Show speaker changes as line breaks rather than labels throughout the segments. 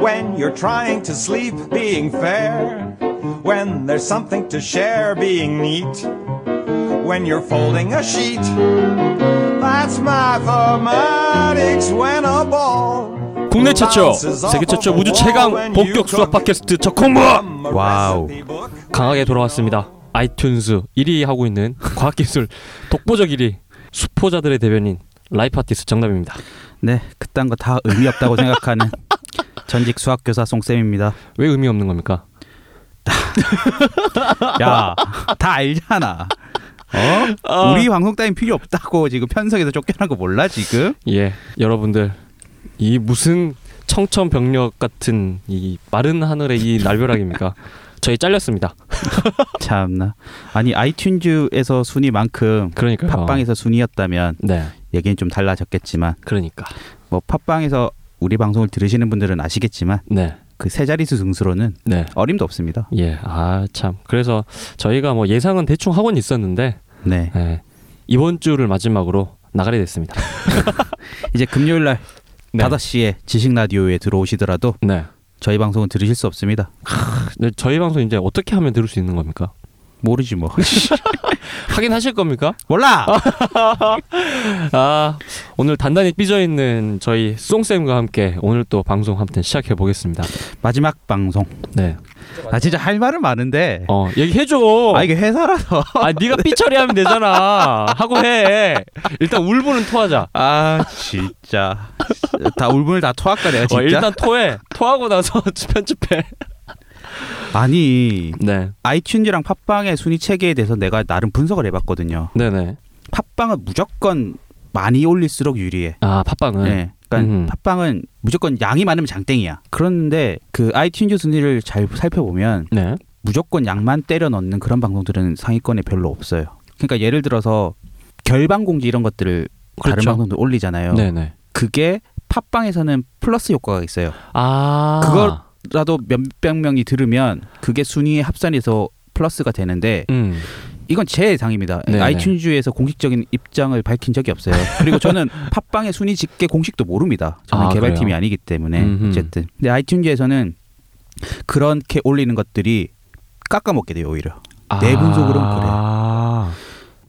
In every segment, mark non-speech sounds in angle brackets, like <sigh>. when you're trying to sleep, being fair. When there's something to share, being neat. When you're folding a sheet. That's mathematics when a ball.
국내
아,
최초, 세계 최초 우주 최강 본격 수학 팟캐스트 첫 공부
와우.
강하게 돌아왔습니다. 아이튠즈 1위 하고 있는 <laughs> 과학기술 독보적 1위 수포자들의 대변인 라이프 아티스트 정답입니다.
네, 그딴 거 다 의미 없다고 생각하는 전직 수학교사 송쌤입니다.
왜 의미 없는 겁니까?
야, 다 알잖아. 어? 우리 방송 따윈 필요 없다고 지금 편성에서 쫓겨난 거 몰라 지금?
예, 여러분들 이 무슨 청천벽력 같은 이 마른 하늘의 이 <laughs> 날벼락입니까? 저희 잘렸습니다.
참나. 아니 아이튠즈에서 순위만큼
그러니까요.
팟빵에서 순위였다면
네,
얘기는 좀 달라졌겠지만
그러니까.
뭐 팟빵에서 우리 방송을 들으시는 분들은 아시겠지만
네,
그 세 자릿수 등수로는
네.
어림도 없습니다.
예, 아 참. 그래서 저희가 뭐 예상은 대충 하고는 있었는데
네,
예, 이번 주를 마지막으로 나가게 됐습니다.
<laughs> 이제 금요일 날
네.
5시에 지식 라디오에 들어오시더라도
네.
저희 방송은 들으실 수 없습니다.
근데 저희 방송 이제 어떻게 하면 들을 수 있는 겁니까?
모르지 뭐.
하긴 하실 겁니까?
몰라.
아 오늘 단단히 삐져 있는 저희 송 쌤과 함께 오늘 또 방송 한번 시작해 보겠습니다.
마지막 방송.
네.
아 진짜 할 말은 많은데.
어 얘기해 줘.
아 이게 회사라서.
아 네가 삐 처리하면 되잖아. 하고 해. 일단 울분은 토하자.
아 진짜. 다 울분을 다 토할까 내가 진짜.
어, 일단 토해. 토하고 나서 <laughs> 편집해.
아니
네.
아이튠즈랑 팟빵의 순위 체계에 대해서 내가 나름 분석을 해봤거든요.
네네.
팟빵은 무조건 많이 올릴수록 유리해.
아 팟빵은.
네. 그러니까
음.
팟빵은 무조건 양이 많으면 장땡이야. 그런데 그 아이튠즈 순위를 잘 살펴보면
네.
무조건 양만 때려 넣는 그런 방송들은 상위권에 별로 없어요. 그러니까 예를 들어서 결방 공지 이런 것들을 다른
그렇죠.
방송들 올리잖아요.
네네.
그게 팟빵에서는 플러스 효과가 있어요.
아
그걸- 라도 몇백 명이 들으면 그게 순위에 합산해서 플러스가 되는데
음.
이건 제 예상입니다.
네네.
아이튠즈에서 공식적인 입장을 밝힌 적이 없어요.
<laughs>
그리고 저는 팟빵의 순위 집계 공식도 모릅니다. 저는
아,
개발팀이
그래요?
아니기 때문에
음흠.
어쨌든. 근데 아이튠즈에서는 그렇게 올리는 것들이 깎아먹게 돼요 오히려. 내 분석으로는 그래요.
아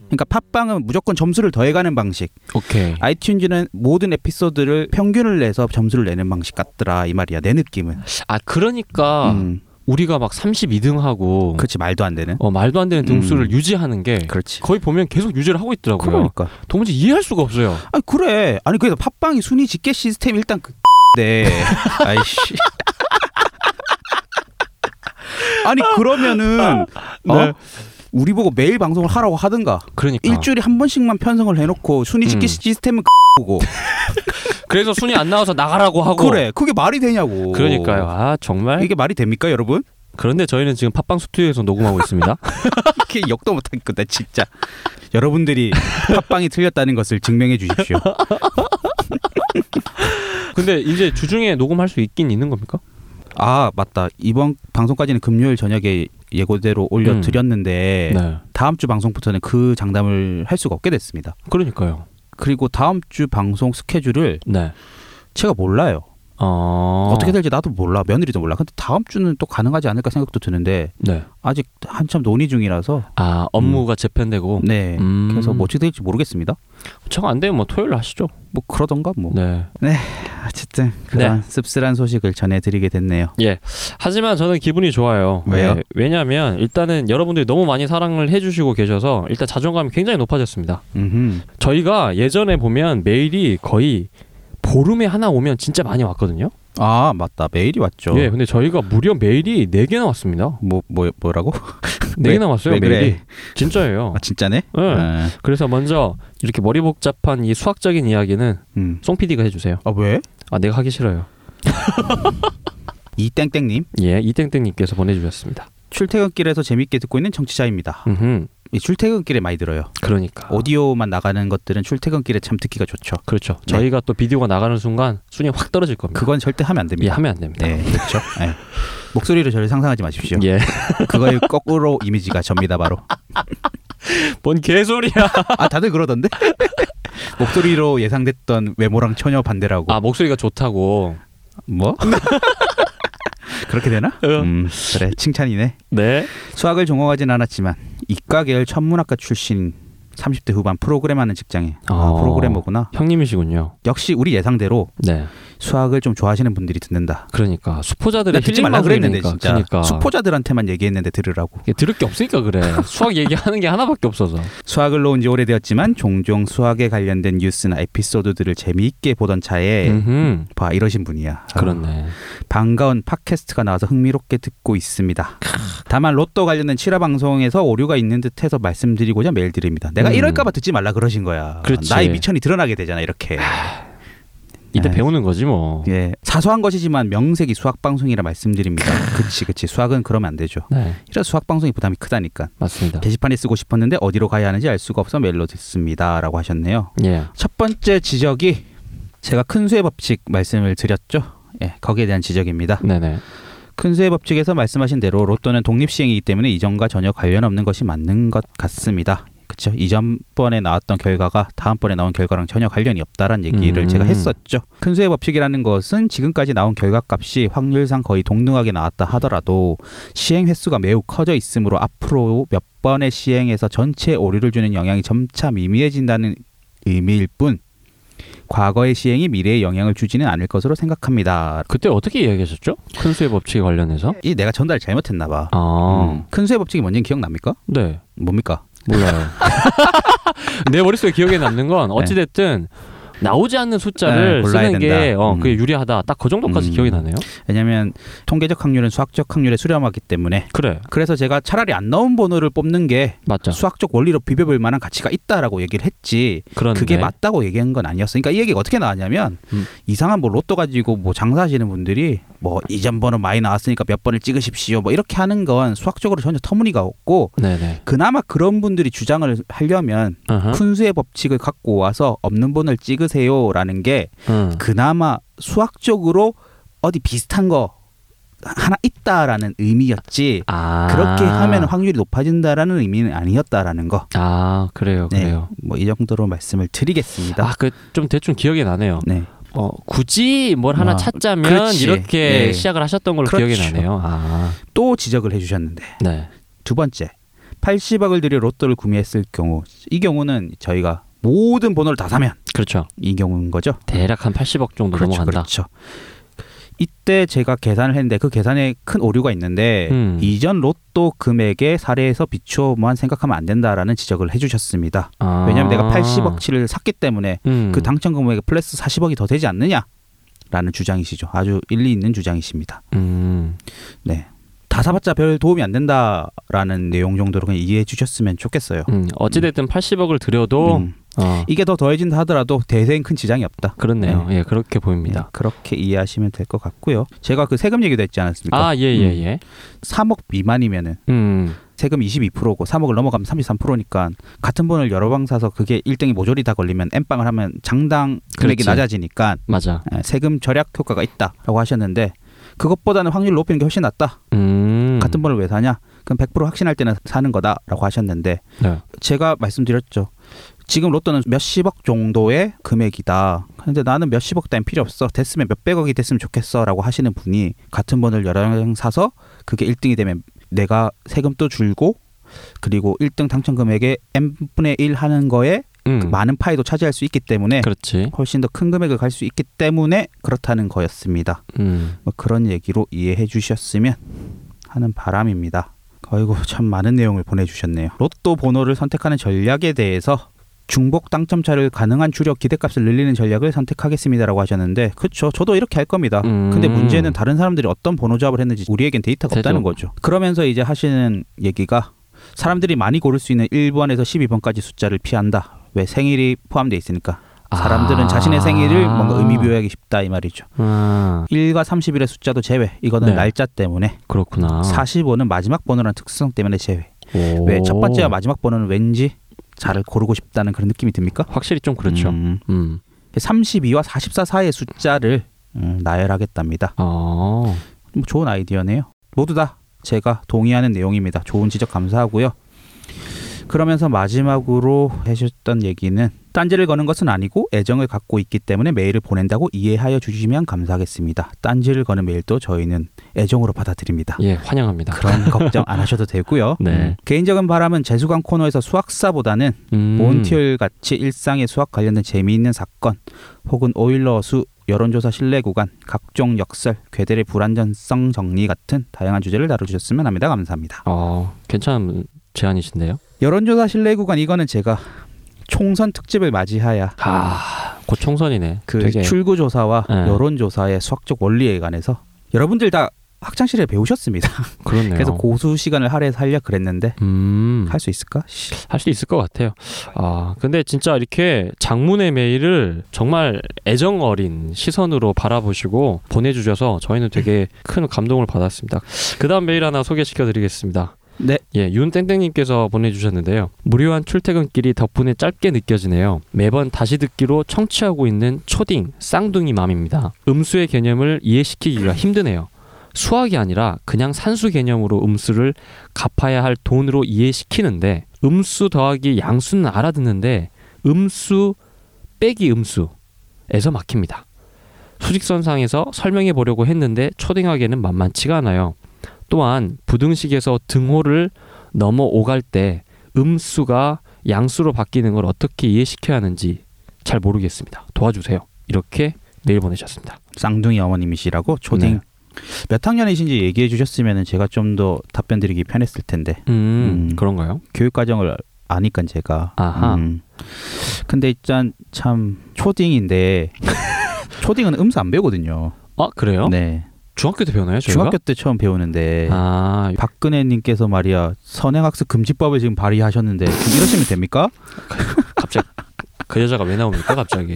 그러니까 팟빵은 무조건 점수를 더해가는 방식.
오케이.
아이튠즈는 모든 에피소드를 평균을 내서 점수를 내는 방식 같더라 이 말이야 내 느낌은.
아 그러니까
음,
우리가 막 32등 하고
그렇지 말도 안 되는.
어, 말도 안 되는 등수를
음.
유지하는 게
그렇지.
거의 보면 계속 유지를 하고 있더라고요.
그러니까.
도무지 이해할 수가 없어요.
아니 그래. 아니 그래서 팟빵이 순위 집계 시스템 일단 그. <laughs> 네. 아이씨. <laughs> 아니 그러면은
네.
어? 우리 보고 매일 방송을 하라고 하든가
그러니까.
일주일에 한 번씩만 편성을 해놓고 순위 집계
음.
시스템은 그 <laughs> 고
그래서 순위 안 나와서 나가라고 하고.
그래 그게 말이 되냐고
그러니까요. 아 정말.
이게 말이 됩니까 여러분?
그런데 저희는 지금 팟빵 스튜디오에서 녹음하고
<laughs>
있습니다.
이렇게 역도 못하겠다 진짜 여러분들이 팟빵이 틀렸다는 것을 증명해 주십시오
근데 이제 주중에 녹음할 수 있긴 있는 겁니까?
아 맞다 이번 방송까지는 금요일 저녁에 예고대로 올려드렸는데
네.
다음 네. 주 방송부터는 그 장담을 할 수가 없게 됐습니다
그러니까요.
그리고 다음 주 방송 스케줄을
네.
제가 몰라요
어.
어떻게 될지 나도 몰라 며느리도 몰라 근데 다음 주는 또 가능하지 않을까 생각도 드는데
네.
아직 한참 논의 중이라서
아 업무가 재편되고.
음. 네
음.
그래서 뭐 어떻게 될지 모르겠습니다
정안 되면 뭐 토요일 하시죠.
뭐 그러던가 뭐 네.
네.
어쨌든 그런 씁쓸한 소식을 전해드리게 됐네요
하지만 저는 기분이 좋아요.
왜요?
네, 왜냐하면 일단은 여러분들이 너무 많이 사랑을 해주시고 계셔서 일단 자존감이 굉장히 높아졌습니다.
음흠.
저희가 예전에 보면 메일이 거의 보름에 하나 오면 진짜 많이 왔거든요.
아 맞다 메일이 왔죠.
예, 근데 저희가 무려 메일이 네 개나 왔습니다.
뭐, 뭐 뭐라고?
네
왜-
개나 왔어요
왜 그래?
메일이.
<laughs>
진짜예요.
아 진짜네?
예.
아,
그래서 먼저 이렇게 머리 복잡한 이 수학적인 이야기는
음.
송 PD가 해주세요.
아 왜?
아 내가 하기 싫어요.
이 땡땡님
예, 이땡땡님께서 보내주셨습니다.
출퇴근길에서 재밌게 듣고 있는 정치자입니다.
음,
이 출퇴근길에 많이 아. 들어요. 아.
그러니까.
오디오만 나가는 것들은 출퇴근길에 참 듣기가 좋죠.
그렇죠.
네.
저희가 또 비디오가 나가는 순간 순위 확 떨어질 겁니다.
그건 절대 하면 안
예,
됩니다.
하면 안 됩니다.
네 그렇죠. 예. 목소리로 저를 상상하지 마십시오.
예. <laughs>
그거의 거꾸로 이미지가 접니다 바로.
뭔 개소리야.
아 다들 그러던데? <laughs> 아, 목소리로 예상됐던 외모랑 전혀 반대라고.
아, 목소리가 좋다고.
뭐? <laughs> 그렇게 되나? 음, 그래 칭찬이네.
어. 네.
수학을 전공하진 않았지만 이과 계열 천문학과 출신 30대 후반 프로그램하는 직장에 아,
어.
프로그래머구나.
형님이시군요.
역시 우리 예상대로
네.
수학을 좀 좋아하시는 분들이 듣는다.
그러니까
나
수포자들의
듣지
힐링
말라 그랬는데
방송이니까.
진짜
그러니까.
수포자들한테만 얘기했는데 들으라고.
이게 들을 게 없으니까
<laughs>
그래. 수학 얘기하는 게 하나밖에 없어서.
수학을 놓은 지 오래되었지만 종종 수학에 관련된 뉴스나 에피소드들을 재미있게 보던 차에
음흠. 그러니까.
봐 이러신 분이야. 네. 아,
그렇네.
반가운 팟캐스트가 나와서 흥미롭게 듣고 있습니다. 다만 로또 관련된 실화 방송에서 오류가 있는 듯해서 말씀드리고자 메일 드립니다. 내가
음.
이럴까봐 듣지 말라 그러신 거야.
그렇지.
나의 미천이 드러나게 되잖아 이렇게.
이때
네.
배우는 거지 뭐.
예, 사소한 것이지만 명색이 수학 방송이라 말씀드립니다. 그치 그치 수학은 그러면 안 되죠.
네,
이런 수학 방송이 부담이 크다니까.
맞습니다.
게시판에 쓰고 싶었는데 어디로 가야 하는지 알 수가 없어 메일로 듣습니다라고 하셨네요.
예.
첫 번째 지적이 제가 큰 수의 법칙 말씀을 드렸죠. 예, 거기에 대한 지적입니다.
네네.
큰 수의 법칙에서 말씀하신 대로 로또는 독립 시행이기 때문에 이전과 전혀 관련 없는 것이 맞는 것 같습니다. 그렇죠. 이전번에 나왔던 결과가 다음번에 나온 결과랑 전혀 관련이 없다라는 얘기를
음.
제가 했었죠. 큰 수의 법칙이라는 것은 지금까지 나온 결과값이 확률상 거의 동등하게 나왔다 하더라도 시행 횟수가 매우 커져 있으므로 앞으로 몇 번의 시행에서 전체 오류를 주는 영향이 점차 미미해진다는 의미일 뿐 과거의 시행이 미래에 영향을 주지는 않을 것으로 생각합니다.
그때 어떻게 이야기하셨죠? 큰 수의 법칙에 관련해서?
이 내가 전달 잘못했나 봐.
아,
음. 큰 수의 법칙이 뭔지 기억납니까?
네.
뭡니까?
몰라요. <laughs> 내 머릿속에 기억에 남는 건 어찌됐든 나오지 않는 숫자를
네, 골라야
쓰는 게
된다.
어,
음.
그게 유리하다. 딱 그 정도까지
음.
기억이 나네요.
왜냐면 통계적 확률은 수학적 확률에 수렴하기 때문에
그래,
그래서 제가 차라리 안 나온 번호를 뽑는 게
맞죠.
수학적 원리로 비벼볼 만한 가치가 있다라고 얘기를 했지
그런데
그게 맞다고 얘기한 건 아니었으니까 이 얘기가 어떻게 나왔냐면
아, 네. 음.
이상한 뭐 로또 가지고 뭐 장사하시는 분들이 뭐 이전 번호 많이 나왔으니까 몇 번을 찍으십시오 뭐 이렇게 하는 건 수학적으로 전혀 터무니가 없고
네네.
그나마 그런 분들이 주장을 하려면
어허.
푼수의 법칙을 갖고 와서 없는 번호를 찍으세요라는 게
음.
그나마 수학적으로 어디 비슷한 거 하나 있다라는 의미였지
아
그렇게 하면 확률이 높아진다라는 의미는 아니었다라는 거.
아 그래요,
네,
그래요.
뭐 이 정도로 말씀을 드리겠습니다.
아 그 좀 대충 기억이 나네요.
네,
어 굳이 뭘 하나
아,
찾자면
그렇지.
이렇게
네.
시작을 하셨던 걸로 기억이
그렇죠.
나네요. 아
또 지적을 해주셨는데
네.
두 번째 80억을 들여 로또를 구매했을 경우 이 경우는 저희가 모든 번호를 다 사면
그렇죠.
이 경우인 거죠.
대략 한 80억 정도
그렇죠,
넘어간다.
그렇죠. 이때 제가 계산을 했는데 그 계산에 큰 오류가 있는데
음.
이전 로또 금액의 사례에서 비추어만 생각하면 안 된다라는 지적을 해주셨습니다.
아.
왜냐하면 내가 80억치를 샀기 때문에
음.
그 당첨 금액에 플러스 40억이 더 되지 않느냐라는 주장이시죠. 아주 일리 있는 주장이십니다.
음.
다 사봤자 별 도움이 안 된다라는 내용 정도로 그냥 이해해 주셨으면 좋겠어요.
음. 어찌됐든 80억을 들여도
음.
어,
이게 더 더해진다 하더라도 대세엔 큰 지장이 없다.
그렇네요.
네.
예, 그렇게
네,
보입니다.
그렇게 이해하시면 될 것 같고요. 제가 그 세금 얘기도 했지 않았습니까? 음.
아, 예, 예, 예.
3억 미만이면은
음.
세금 22%고 3억을 넘어가면 33%니까 같은 번을 여러 방 사서 그게 1등이 모조리 다 걸리면 N방을 하면 장당 금액이
그렇지.
낮아지니까
맞아.
에, 세금 절약 효과가 있다라고 하셨는데 그것보다는 확률 높이는 게 훨씬 낫다.
음.
같은 번을 왜 사냐? 그럼 100% 확신할 때는 사는 거다라고 하셨는데
네.
제가 말씀드렸죠. 지금 로또는 몇십억 정도의 금액이다. 근데 나는 몇십억 따윈 필요 없어. 됐으면 몇백억이 됐으면 좋겠어. 라고 하시는 분이 같은 번을 여러 장 사서 그게 1등이 되면 내가 세금도 줄고 그리고 1등 당첨 금액의 n분의 1 하는 거에
음.
그 많은 파이도 차지할 수 있기 때문에
그렇지.
훨씬 더 큰 금액을 갈 수 있기 때문에 그렇다는 거였습니다.
음.
뭐 그런 얘기로 이해해 주셨으면 하는 바람입니다. 아이고 참 많은 내용을 보내주셨네요. 로또 번호를 선택하는 전략에 대해서 중복 당첨차를 가능한 주력 기대값을 늘리는 전략을 선택하겠습니다라고 하셨는데 그쵸 저도 이렇게 할 겁니다.
음.
그러니까. 근데 문제는 다른 사람들이 어떤 번호 조합을 했는지 우리에겐 데이터가 없다는 거죠. 그러면서 이제 하시는 얘기가 사람들이 많이 고를 수 있는 1번에서 12번까지 숫자를 피한다. 왜 생일이 포함되어 있으니까 사람들은
아.
자신의 생일을 뭔가 의미 부여하기 쉽다 이 말이죠.
아,
1과 30일의 숫자도 제외. 이거는
네.
날짜 때문에.
그렇구나.
45는 마지막 번호라는 특수성 때문에 제외.
오.
왜 첫 번째와 마지막 번호는 왠지 잘 고르고 싶다는 그런 느낌이 듭니까?
확실히 좀 그렇죠. 음.
음, 32와 44 사이의 숫자를 음, 나열하겠답니다.
어.
뭐 좋은 아이디어네요. 모두 다 제가 동의하는 내용입니다. 좋은 지적 감사하고요. 그러면서 마지막으로 해주셨던 얘기는 딴지를 거는 것은 아니고 애정을 갖고 있기 때문에 메일을 보낸다고 이해하여 주시면 감사하겠습니다. 딴지를 거는 메일도 저희는 애정으로 받아들입니다.
예, 환영합니다.
그런 걱정 안 하셔도 되고요.
<laughs> 네.
음, 개인적인 바람은 재수강 코너에서 수학사보다는
음,
몬티얼 같이 일상의 수학 관련된 재미있는 사건 혹은 오일러 수 여론조사 신뢰 구간 각종 역설 괴델의 불안전성 정리 같은 다양한 주제를 다뤄주셨으면 합니다 감사합니다
어, 괜찮은 제안이신데요.
여론조사 신뢰 구간 이거는 제가 총선 특집을 맞이하야
아, 곧 총선이네.
그
되게
출구조사와
네.
여론조사의 수학적 원리에 관해서 여러분들 다 학창시절에 배우셨습니다
그렇네요.
그래서 고수 시간을 할애해서 하려 그랬는데
음,
할 수 있을까? 씨,
할 수 있을 것 같아요. 아, 근데 진짜 이렇게 장문의 메일을 정말 애정 어린 시선으로 바라보시고 보내주셔서 저희는 되게 큰 감동을 받았습니다. 그 다음 메일 하나 소개시켜드리겠습니다.
네.
예, 윤땡땡님께서 보내주셨는데요. 무료한 출퇴근길이 덕분에 짧게 느껴지네요. 매번 다시 듣기로 청취하고 있는 초딩, 쌍둥이 맘입니다. 음수의 개념을 이해시키기가 힘드네요. 수학이 아니라 그냥 산수 개념으로 음수를 갚아야 할 돈으로 이해시키는데 음수 더하기 양수는 알아듣는데 음수 빼기 음수에서 막힙니다. 수직선상에서 설명해 보려고 했는데 초딩학에는 만만치가 않아요. 또한 부등식에서 등호를 넘어오갈 때 음수가 양수로 바뀌는 걸 어떻게 이해시켜야 하는지 잘 모르겠습니다. 도와주세요. 이렇게 메일 보내셨습니다.
쌍둥이 어머님이시라고
네.
초딩 몇 학년이신지 얘기해 주셨으면 제가 좀 더 답변 드리기 편했을 텐데
음,
음.
그런가요?
교육 과정을 아니까 제가
아하.
음. 근데 일단 참 <laughs> 초딩인데 초딩은 음수 안 배우거든요.
아 그래요?
네.
중학교 때 배우나요? 저희가?
중학교 때 처음 배우는데
아
박근혜 님께서 말이야 선행학습 금지법을 지금 발의하셨는데 지금 이러시면 됩니까? <laughs>
갑자기 그 여자가 왜 나옵니까 갑자기?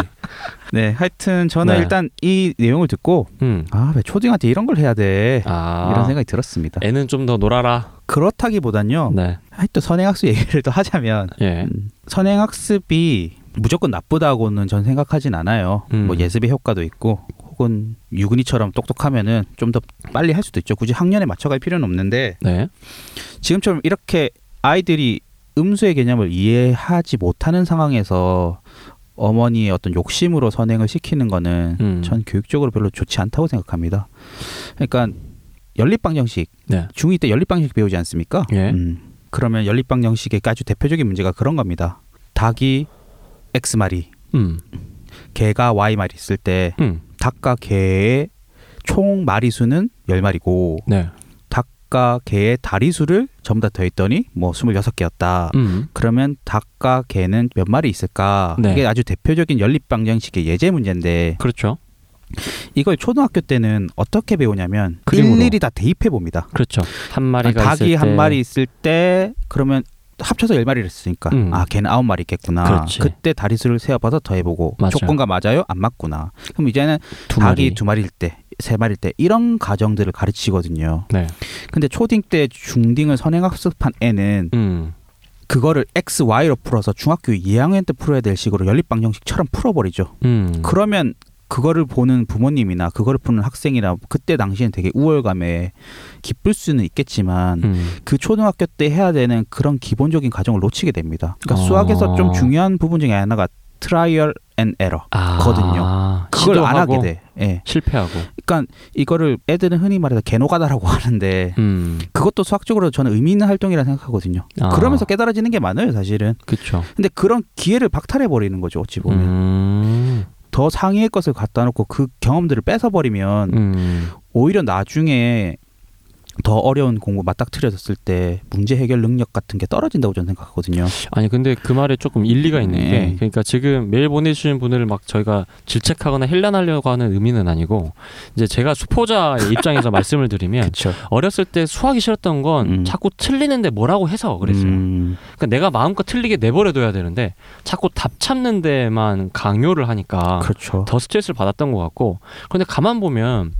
네. 하여튼 저는
네.
일단 이 내용을 듣고
음.
아 왜 초딩한테 이런 걸 해야 돼.
아
이런 생각이 들었습니다.
애는 좀 더 놀아라.
그렇다기보단요.
네.
하여튼 선행학습 얘기를 또 하자면
예.
음, 선행학습이 무조건 나쁘다고는 전 생각하진 않아요.
음.
뭐 예습의 효과도 있고 혹은 유근이처럼 똑똑하면은 좀 더 빨리 할 수도 있죠. 굳이 학년에 맞춰갈 필요는 없는데
네.
지금처럼 이렇게 아이들이 음수의 개념을 이해하지 못하는 상황에서 어머니의 어떤 욕심으로 선행을 시키는 거는
음.
전 교육적으로 별로 좋지 않다고 생각합니다. 그러니까 연립방정식
네.
중2 때 연립방정식 배우지 않습니까?
예.
음, 그러면 연립방정식의 아주 대표적인 문제가 그런 겁니다. 닭이 x 마리,
음.
개가 y 마리 있을 때
음.
닭과 개의 총 마리 수는 10마리고
네.
닭과 개의 다리 수를 전부 다 더했더니 뭐 26개였다.
음.
그러면 닭과 개는 몇 마리 있을까?
네.
이게 아주 대표적인 연립방정식의 예제 문제인데
그렇죠.
이걸 초등학교 때는 어떻게 배우냐면
그림으로.
일일이 다 대입해 봅니다.
그렇죠. 한 마리가 있을
닭이
때.
한 마리 있을 때 그러면 합쳐서 열 마리를 했으니까
음.
아 걔는 아홉 마리 있겠구나.
그렇지.
그때 다리수를 세어봐서 더해보고
맞아요.
조건과 맞아요 안 맞구나. 그럼 이제는
두
닭이
마리.
두 마리일 때 세 마리일 때 이런 과정들을 가르치거든요.
네.
근데 초딩 때 중딩을 선행학습한 애는
음.
그거를 x y로 풀어서 중학교 2학년 때 풀어야 될 식으로 연립방정식처럼 풀어버리죠.
음.
그러면 그거를 보는 부모님이나 그거를 푸는 학생이나 그때 당시엔 되게 우월감에 기쁠 수는 있겠지만
음.
그 초등학교 때 해야 되는 그런 기본적인 과정을 놓치게 됩니다. 그러니까
어.
수학에서 좀 중요한 부분 중에 하나가 트라이얼 앤 에러.
아.
거든요. 그걸
시도하고
안 하게 돼. 예.
실패하고.
그러니까 이거를 애들은 흔히 말해서 개노가다라고 <laughs> 하는데
음.
그것도 수학적으로 저는 의미 있는 활동이라 생각하거든요.
아.
음. 그러면서 깨달아지는 게 많아요, 사실은.
그렇죠.
근데 그런 기회를 박탈해 버리는 거죠, 어찌 보면.
음.
더 상위의 것을 갖다 놓고 그 경험들을 뺏어 버리면
음.
오히려 나중에 더 어려운 공부 맞닥뜨려졌을 때 문제 해결 능력 같은 게 떨어진다고 저는 생각하거든요.
아니 근데 그 말에 조금 일리가 있는
네.
게 그러니까 지금 메일 보내주신 분을 막 저희가 질책하거나 헬란하려고 하는 의미는 아니고 이제 제가
<laughs>
수포자의 입장에서 말씀을 드리면
그렇죠.
어렸을 때 수학이 싫었던 건
음.
자꾸 틀리는데 뭐라고 해서 그랬어요.
음,
그러니까 내가 마음껏 틀리게 내버려둬야 되는데 자꾸 답 찾는 데만 강요를 하니까
그렇죠.
더 스트레스를 받았던 것 같고 그런데 가만 보면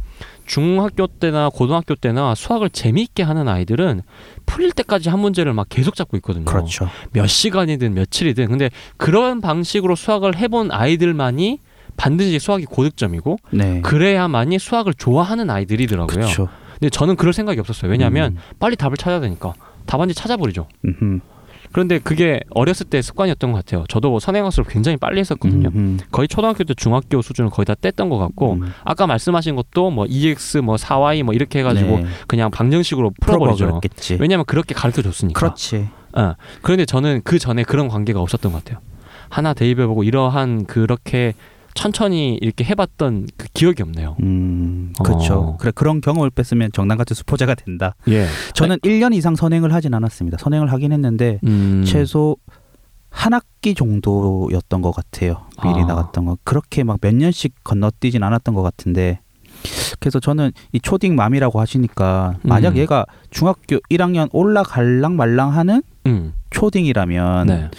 중학교 때나 고등학교 때나 수학을 재미있게 하는 아이들은 풀릴 때까지 한 문제를 막 계속 잡고 있거든요.
그렇죠.
몇 시간이든 며칠이든 근데 그런 방식으로 수학을 해본 아이들만이 반드시 수학이 고득점이고
네.
그래야만이 수학을 좋아하는 아이들이더라고요.
그렇죠.
근데 저는 그럴 생각이 없었어요. 왜냐하면 빨리 답을 찾아야 되니까 답안지 찾아버리죠.
음, 음,
그런데 그게 어렸을 때 습관이었던 것 같아요. 저도 선행학습을 굉장히 빨리 했었거든요.
음,
거의 초등학교 때 중학교 수준을 거의 다 뗐던 것 같고
음.
아까 말씀하신 것도 뭐 EX 뭐 4Y 뭐 이렇게 해가지고
네.
그냥 방정식으로 풀어버리죠.
풀어버렸겠지.
왜냐하면 그렇게 가르쳐 줬으니까.
그렇지.
어. 그런데 저는 그 전에 그런 관계가 없었던 것 같아요. 하나 대입해보고 이러한 그렇게 천천히 이렇게 해봤던 그 기억이 없네요.
음,
어.
그렇죠. 그래 그런 경험을 뺐으면 정남 같은 수포자가 된다.
예.
저는 1년 이상 선행을 하진 않았습니다. 선행을 하긴 했는데
음.
최소 한 학기 정도였던 것 같아요. 미리
아.
나갔던 거 그렇게 막 몇 년씩 건너뛰진 않았던 것 같은데 그래서 저는 이 초딩 맘이라고 하시니까 만약
음.
얘가 중학교 1학년 올라갈랑 말랑하는
음.
초딩이라면
네.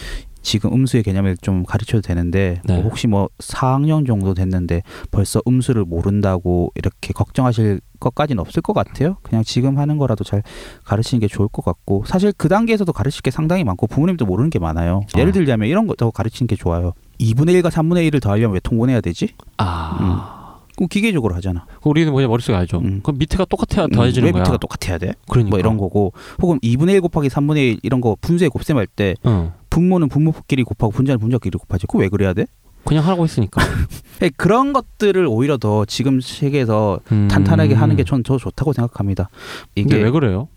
지금 음수의 개념을 좀 가르쳐도 되는데
네.
뭐 혹시 뭐 4학년 정도 됐는데 벌써 음수를 모른다고 이렇게 걱정하실 것까지는 없을 것 같아요. 그냥 지금 하는 거라도 잘 가르치는 게 좋을 것 같고 사실 그 단계에서도 가르칠 게 상당히 많고 부모님도 모르는 게 많아요.
아.
예를 들자면 이런 거 더 가르치는 게 좋아요. 2분의 1과 3분의 1을 더하려면 왜 통분해야 되지?
아.
그럼 기계적으로 하잖아.
그거 우리는 뭐냐 머릿속에 알죠.
음.
그럼 밑에가 똑같아야
음,
더해지는
왜
거야.
밑에가 똑같아야 돼?
그러니까.
뭐 이런 거고 혹은 2분의 1 곱하기 3분의 1 이런 거 분수의 곱셈할 때
응.
분모는 분모끼리 곱하고 분자는 분자끼리 곱하지. 그거 왜 그래야 돼?
그냥 하라고 했으니까.
예, 그런 것들을 오히려 더 지금 세계에서
음.
<laughs> 탄탄하게 하는 게 전 더 좋다고 생각합니다.
근데
이게
왜
왜,
그래요?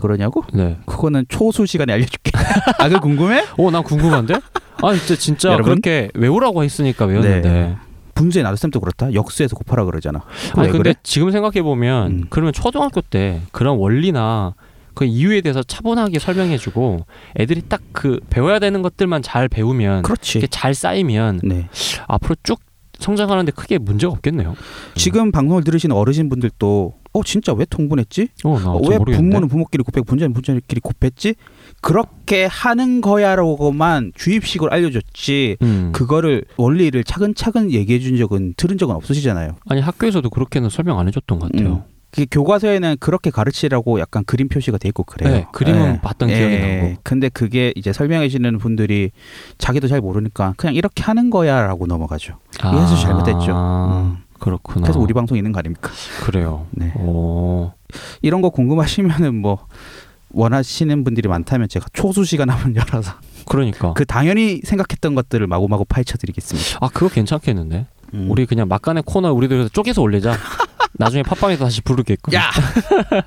그러냐고?
네.
그거는 초수 시간에
<laughs>
알려줄게. 아, 그 궁금해?
오, 어, 난 궁금한데? 아, 진짜, 진짜
여러분?
그렇게 외우라고 했으니까 외웠는데.
네. 분수의 나눗셈도 그렇다. 역수에서 곱하라 그러잖아. 그거
아니,
왜
근데
그래?
지금 생각해보면,
음.
그러면 초등학교 때 그런 원리나 그 이유에 대해서 차분하게 설명해주고, 애들이 딱 그 배워야 되는 것들만 잘 배우면,
그렇지.
이렇게 잘 쌓이면,
네.
앞으로 쭉 성장하는데 크게 문제가 없겠네요.
지금 방송을 들으시는 어르신 분들도 어 진짜 왜 통분했지?
어, 나
어,
어째
왜
모르겠는데.
분모는 분모끼리 곱했고 분자는 분자끼리 곱했지? 그렇게 하는 거야라고만 주입식으로 알려줬지.
음.
그거를 원리를 차근차근 얘기해 준 적은 들은 적은 없으시잖아요.
아니, 학교에서도 그렇게는 설명 안 해줬던 것 같아요.
음. 그 교과서에는 그렇게 가르치라고 약간 그림 표시가 돼 있고 그래요.
네, 그림은
예.
봤던 기억이 나고.
근데 그게 이제 설명해 주는 분들이 자기도 잘 모르니까 그냥 이렇게 하는 거야라고 넘어가죠. 이해해서 잘못했죠.
아,
음.
그렇구나.
그래서 우리 방송 있는 거 아닙니까?
그래요. 어,
네.
오.
이런 거 궁금하시면은 뭐 원하시는 분들이 많다면 제가 초수 시간 한번 열어서
그러니까.
그 당연히 생각했던 것들을 마구마구 파헤쳐 드리겠습니다.
아, 그거 괜찮겠는데?
음.
우리 그냥 막간의 코너 우리도 쪼개서 올리자.
<laughs>
나중에 팟빵에서 다시 부르겠고. <laughs>
야. <laughs>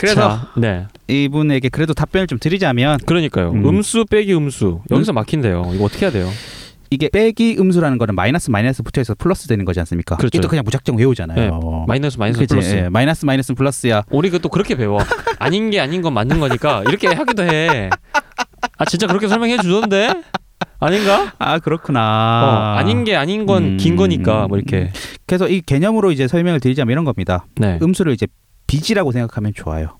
그래서
자, 네.
이분에게 그래도 답변을 좀 드리자면
그러니까요.
음.
음. 수 빼기 음수. 여기서 막힌대요. 이거 어떻게 해야 돼요?
이게 빼기 음수라는 거는 마이너스 마이너스 붙어있어서 플러스 되는 거지 않습니까?
그렇죠.
이것도 그냥 무작정 외우잖아요.
네. 마이너스 마이너스
어. 그치,
플러스.
예, 마이너스 마이너스는 플러스야.
우리 그또 그렇게 배워. 아닌 게 아닌 건 맞는 거니까 이렇게 하기도 해. 아, 진짜 그렇게 설명해 주던데? 아닌가?
아
어,
그렇구나.
아닌 게 아닌 건 긴
음.
거니까 뭐 이렇게.
그래서 이 개념으로 이제 설명을 드리자면 이런 겁니다.
네.
음수를 이제 빚이라고 생각하면 좋아요.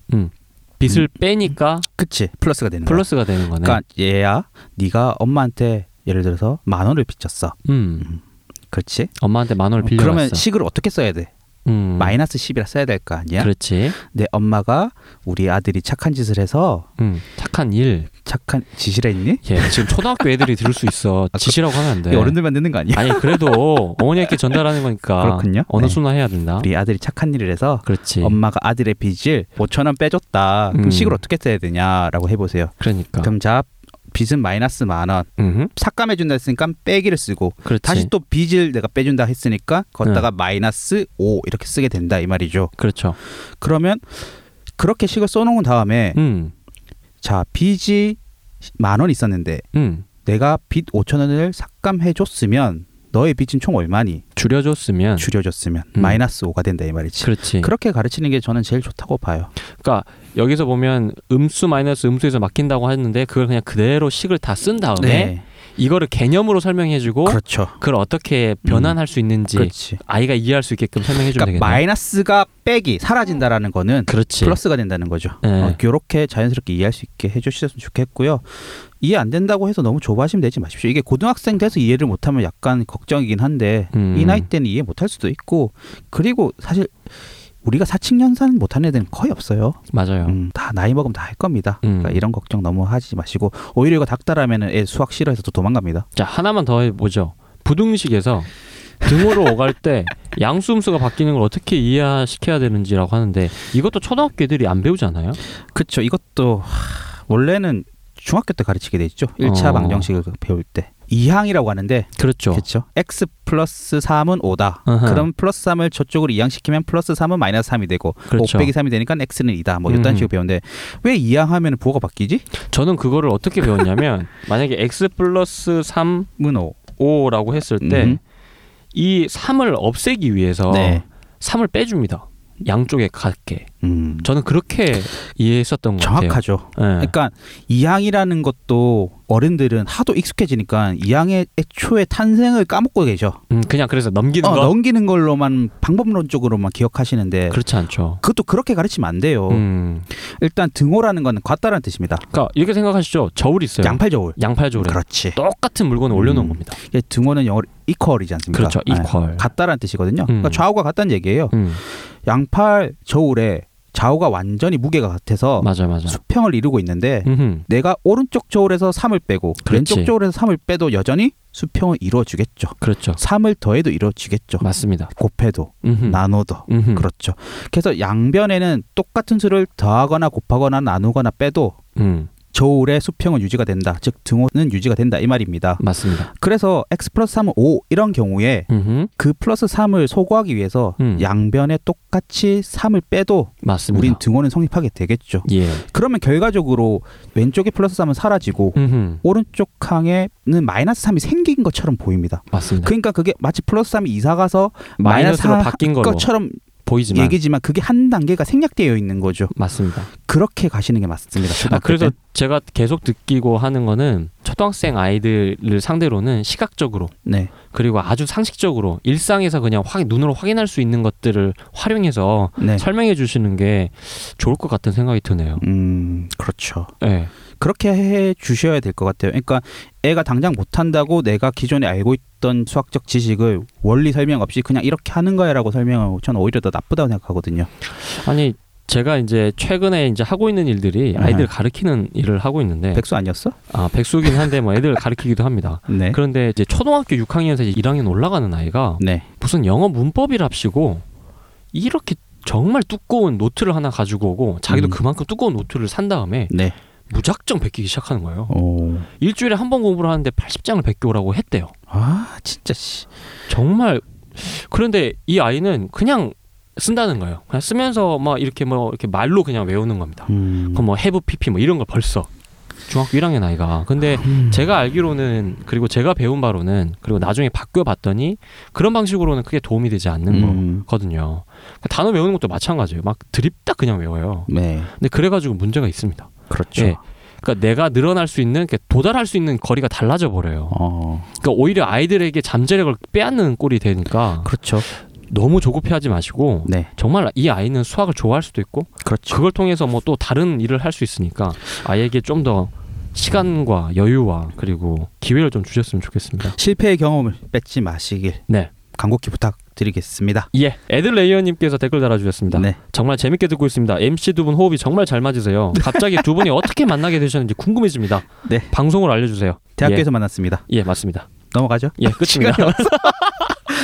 빚을 빼니까
그치? 플러스가 되는 거야.
플러스가 되는 거네.
음. 그러니까 얘야, 네가 엄마한테 예를 들어서 만 원을 빚졌어.
음.
그렇지?
엄마한테 만 원을 빌려갔어.
그러면 식을 어떻게 써야 돼?
음.
마이너스 10이라 써야 될 거 아니야?
그렇지.
내 엄마가 우리 아들이 착한 짓을 해서
음. 착한 일.
착한 짓이라 했니?
예, 지금 초등학교 애들이 들을 수 있어.
그-
지시라고 하면 안 돼.
이게 어른들만 듣는 거 아니야?
아니 그래도 어머니께 전달하는 거니까
그렇군요.
어느
네.
순화 해야 된다.
우리 아들이 착한 일을 해서
그렇지.
엄마가 아들의 빚을 5천 원 빼줬다. 그럼
음.
식을 어떻게 써야 되냐라고 해보세요.
그러니까.
그럼 자 빚은 마이너스 만 원.
음흠.
삭감해준다 했으니까 빼기를 쓰고
그렇지.
다시 또 빚을 내가 빼준다 했으니까
예.
거기다가 마이너스 5 이렇게 쓰게 된다 이 말이죠.
그렇죠.
그러면 그렇게 식을 써놓은 다음에
음.
자 빚이 만 원 있었는데
음.
내가 빚 5천 원을 삭감해줬으면 너의 빚은 총 얼마니?
줄여줬으면.
줄여줬으면
음.
마이너스 5가 된다 이 말이지.
그렇지. 예.
그렇게 가르치는 게 저는 제일 좋다고 봐요.
그러니까 여기서 보면 음수 마이너스 음수에서 막힌다고 했는데 그걸 그냥 그대로 식을 다 쓴 다음에 이거를 개념으로 설명해주고
네. 그렇죠.
그걸 어떻게 변환할 수 있는지
그렇지.
아이가 이해할 수 있게끔 설명해주면
그러니까
되겠네.
마이너스가 빼기 사라진다라는 거는
그렇지.
플러스가 된다는 거죠.
네.
어, 이렇게 자연스럽게 이해할 수 있게 해주셨으면 좋겠고요. 이해 안 된다고 해서 너무 좁아하시면 되지 마십시오. 이게 고등학생 돼서 이해를 못하면 약간 걱정이긴 한데
음.
이 나이 때는 이해 못할 수도 있고 그리고 사실 우리가 사칙 연산 못하는 애들은 거의 없어요.
맞아요.
음, 다 나이 먹으면 다 할 겁니다.
음.
그러니까 이런 걱정 너무 하지 마시고 오히려 이거 닥달하면 애 수학 싫어해서 또 도망갑니다.
자 하나만 더 해보죠. 부등식에서 등호로 오갈 때 양수음수가 바뀌는 걸 어떻게 이해시켜야 되는지라고 하는데 이것도 초등학교 애들이 안 배우지 않아요?
그렇죠. 이것도 하, 원래는 중학교 때 가르치게 돼 있죠. 1차
어.
방정식을 그 배울 때. 이항이라고 하는데
그렇죠.
그렇죠. x 플러스 3은 5다.
아하.
그럼 플러스 3을 저쪽으로 이항시키면 플러스 3은 마이너스 3이 되고
그렇죠.
5 빼기 3이 되니까 x는 2다. 뭐 이딴
음.
식으로 배우는데 왜 이항하면 부호가 바뀌지?
저는 그거를 어떻게 <laughs> 배웠냐면 만약에 x 플러스 3
은 5.
5라고 했을
음.
때 이 3을 없애기 위해서
네.
3을 빼줍니다. 양쪽에 같게.
음.
저는 그렇게 이해했었던 것 같아요.
정확하죠.
예.
그러니까 이항이라는 것도 어른들은 하도 익숙해지니까 이항의 애초에 탄생을 까먹고 계셔.
음, 그냥 그래서 넘기는
어,
거
넘기는 걸로만 방법론적으로만 기억하시는데
그렇지 않죠.
그것도 그렇게 가르치면 안 돼요.
음.
일단 등호라는 건 같다라는 뜻입니다.
그러니까 이렇게 생각하시죠. 저울 있어요.
양팔 저울.
양팔 저울에
그렇지.
똑같은 물건을 올려놓은
음.
겁니다.
이게 등호는 영어로 equal이지 않습니까?
그렇죠.
네.
이퀄.
같다라는 뜻이거든요. 그러니까
음.
좌우가 같다는 얘기예요.
음.
양팔 저울에 좌우가 완전히 무게가 같아서
맞아 맞아.
어, 수평을 이루고 있는데
음흠.
내가 오른쪽 저울에서 3을 빼고
그렇지.
왼쪽 저울에서 3을 빼도 여전히 수평을 이루어주겠죠.
그렇죠.
3을 더해도 이루어주겠죠.
맞습니다.
곱해도
음흠.
그렇죠. 나눠도
음흠.
그렇죠. 그래서 양변에는 똑같은 수를 더하거나 곱하거나 나누거나 빼도
음.
저울의 수평은 유지가 된다. 즉 등호는 유지가 된다 이 말입니다.
맞습니다.
그래서 x 플러스 3은 5 이런 경우에
음흠.
그 플러스 3을 소거하기 위해서
음.
양변에 똑같이 3을 빼도
맞습니다.
우린 등호는 성립하게 되겠죠.
예.
그러면 결과적으로 왼쪽의 플러스 3은 사라지고
음흠.
오른쪽 항에는 마이너스 3이 생긴 것처럼 보입니다.
맞습니다.
그러니까 그게 마치 플러스 3이 이사 가서 마이너스
네. 마이너스로
한
바뀐 걸로
것처럼
보이지만
얘기지만 그게 한 단계가 생략되어 있는 거죠.
맞습니다.
그렇게 가시는 게 맞습니다.
아,
초등학교
그래서
때.
제가 계속 느끼고 하는 거는 초등학생 아이들을 상대로는 시각적으로
네.
그리고 아주 상식적으로 일상에서 그냥 확 눈으로 확인할 수 있는 것들을 활용해서
네.
설명해 주시는 게 좋을 것 같은 생각이 드네요.
음, 그렇죠.
예.
그렇게 해 주셔야 될 것 같아요. 그러니까 애가 당장 못 한다고 내가 기존에 알고 있던 수학적 지식을 원리 설명 없이 그냥 이렇게 하는 거야라고 설명하고 저는 오히려 더 나쁘다고 생각하거든요.
아니 제가 이제 최근에 이제 하고 있는 일들이 아이들
아하.
가르치는 일을 하고 있는데
음. 백수 아니었어?
아 백수긴 한데 뭐 애들 가르치기도 합니다.
네.
그런데 이제 초등학교 6학년에서 1학년 올라가는 아이가
네.
무슨 영어 문법이랍시고 이렇게 정말 두꺼운 노트를 하나 가지고 오고 자기도
음.
그만큼 두꺼운 노트를 산 다음에
네.
무작정 베끼기 시작하는 거예요.
오.
일주일에 한 번 공부를 하는데 80장을 베껴오라고 했대요.
아, 진짜 씨.
정말 그런데 이 아이는 그냥 쓴다는 거예요. 그냥 쓰면서 막 이렇게 뭐 이렇게 말로 그냥 외우는 겁니다.
음.
그럼 뭐 해부 PP 뭐 이런 걸 벌써 중학교 1학년 아이가. 근데
음.
제가 알기로는 그리고 제가 배운 바로는 그리고 나중에 바뀌어 봤더니 그런 방식으로는 크게 도움이 되지 않는
음.
거거든요. 그러니까 단어 외우는 것도 마찬가지예요. 막 드립딱 그냥 외워요.
네.
근데 그래가지고 문제가 있습니다.
그렇죠.
예. 그러니까 내가 늘어날 수 있는 이렇게 도달할 수 있는 거리가 달라져 버려요.
어.
그러니까 오히려 아이들에게 잠재력을 빼앗는 꼴이 되니까
그렇죠.
너무 조급해하지 마시고
네.
정말 이 아이는 수학을 좋아할 수도 있고
그렇죠.
그걸 통해서 뭐 또 다른 일을 할 수 있으니까 아이에게 좀 더 시간과 여유와 그리고 기회를 좀 주셨으면 좋겠습니다.
그 실패의 경험을 뺏지 마시길
네.
간곡히 부탁드리겠습니다.
예, 애들레이어님께서 댓글 달아주셨습니다.
네.
정말 재밌게 듣고 있습니다. MC 두 분 호흡이 정말 잘 맞으세요. 갑자기 두 분이 어떻게 만나게 되셨는지 궁금해집니다.
네.
방송을 알려주세요.
대학교에서 만났습니다.
예, 맞습니다.
넘어가죠. <laughs>
예, 끝입니다. <laughs>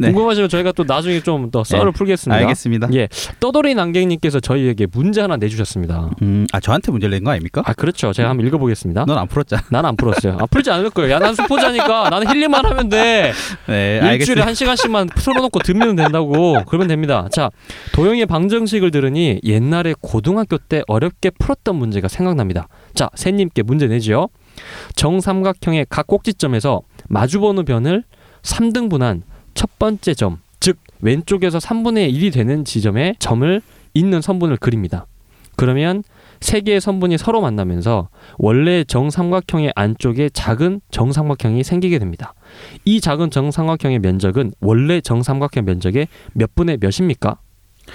네.
궁금하시면 저희가 또 나중에 좀 더 썰을 풀겠습니다.
알겠습니다.
예, 떠돌이 난객님께서 저희에게 문제 하나 내주셨습니다.
음, 아 저한테 문제를 낸 거 아닙니까?
아 그렇죠. 제가 한번 읽어보겠습니다.
넌 안 풀었잖아.
난 안 풀었어요. 아 풀지 않을 거예요. 야난 수포자니까 나는 힐링만 하면 돼.
네,
일주일에 한 시간씩만 틀어놓고 들으면 된다고 그러면 됩니다. 자 도영의 방정식을 들으니 옛날에 고등학교 때 어렵게 풀었던 문제가 생각납니다. 자 새님께 문제 내지요. 정삼각형의 각 꼭지점에서 마주보는 변을 3등분한 첫 번째 점, 즉 왼쪽에서 3분의 1이 되는 지점에 점을 있는 선분을 그립니다. 그러면 세 개의 선분이 서로 만나면서 원래 정삼각형의 안쪽에 작은 정삼각형이 생기게 됩니다. 이 작은 정삼각형의 면적은 원래 정삼각형 면적의 몇 분의 몇입니까?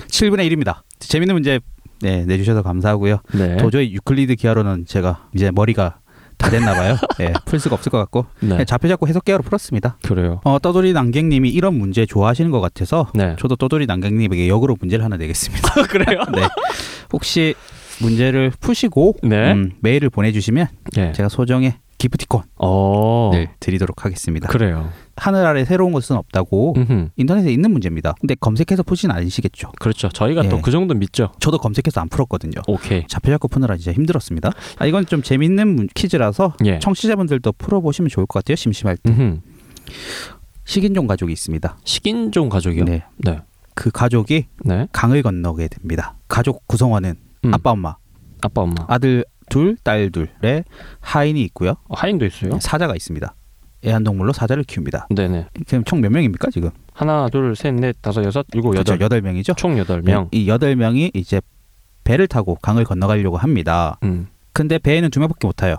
7분의 1입니다. 재밌는 문제 네, 내주셔서 감사하고요.
네.
도저히 유클리드 기하로는 제가 이제 머리가 다 됐나 봐요.
<laughs>
예, 풀 수가 없을 것 같고
네.
네, 좌표 잡고 해석 기하로 풀었습니다.
그래요.
어, 떠돌이 난객님이 이런 문제 좋아하시는 것 같아서
네.
저도 떠돌이 난객님에게 역으로 문제를 하나 내겠습니다.
아, 그래요?
<laughs> 네, 혹시 문제를 푸시고
네.
음, 메일을 보내주시면
네.
제가 소정의 기프티콘을
어.
드리도록 하겠습니다.
그래요.
하늘 아래 새로운 것은 없다고
음흠.
인터넷에 있는 문제입니다. 근데 검색해서 푸진 않으시겠죠.
그렇죠. 저희가
예.
또 그 정도 믿죠.
저도 검색해서 안 풀었거든요.
오케이.
좌표 잡고 푸느라 진짜 힘들었습니다. 아, 이건 좀 재밌는 문- 퀴즈라서
예.
청취자분들도 풀어보시면 좋을 것 같아요. 심심할 때.
음흠.
식인종 가족이 있습니다.
식인종 가족이요. 네.
네.
네.
그 가족이 강을 건너게 됩니다. 가족 구성원은
음.
아빠, 엄마,
아빠 엄마.
아들 둘, 딸 둘의 하인이 있고요.
어, 하인도 있어요.
사자가 있습니다. 애완동물로 사자를 키웁니다.
네네.
지금 총 몇 명입니까 지금?
하나, 둘, 셋, 넷, 다섯, 여섯, 일곱, 뭐 여덟. 예.
그렇죠, 여덟 명이죠. 네.
총 여덟 명.
이 여덟 명이 이제 배를 타고 강을 건너가려고 합니다.
음.
근데 배에는 두 명밖에 못 타요.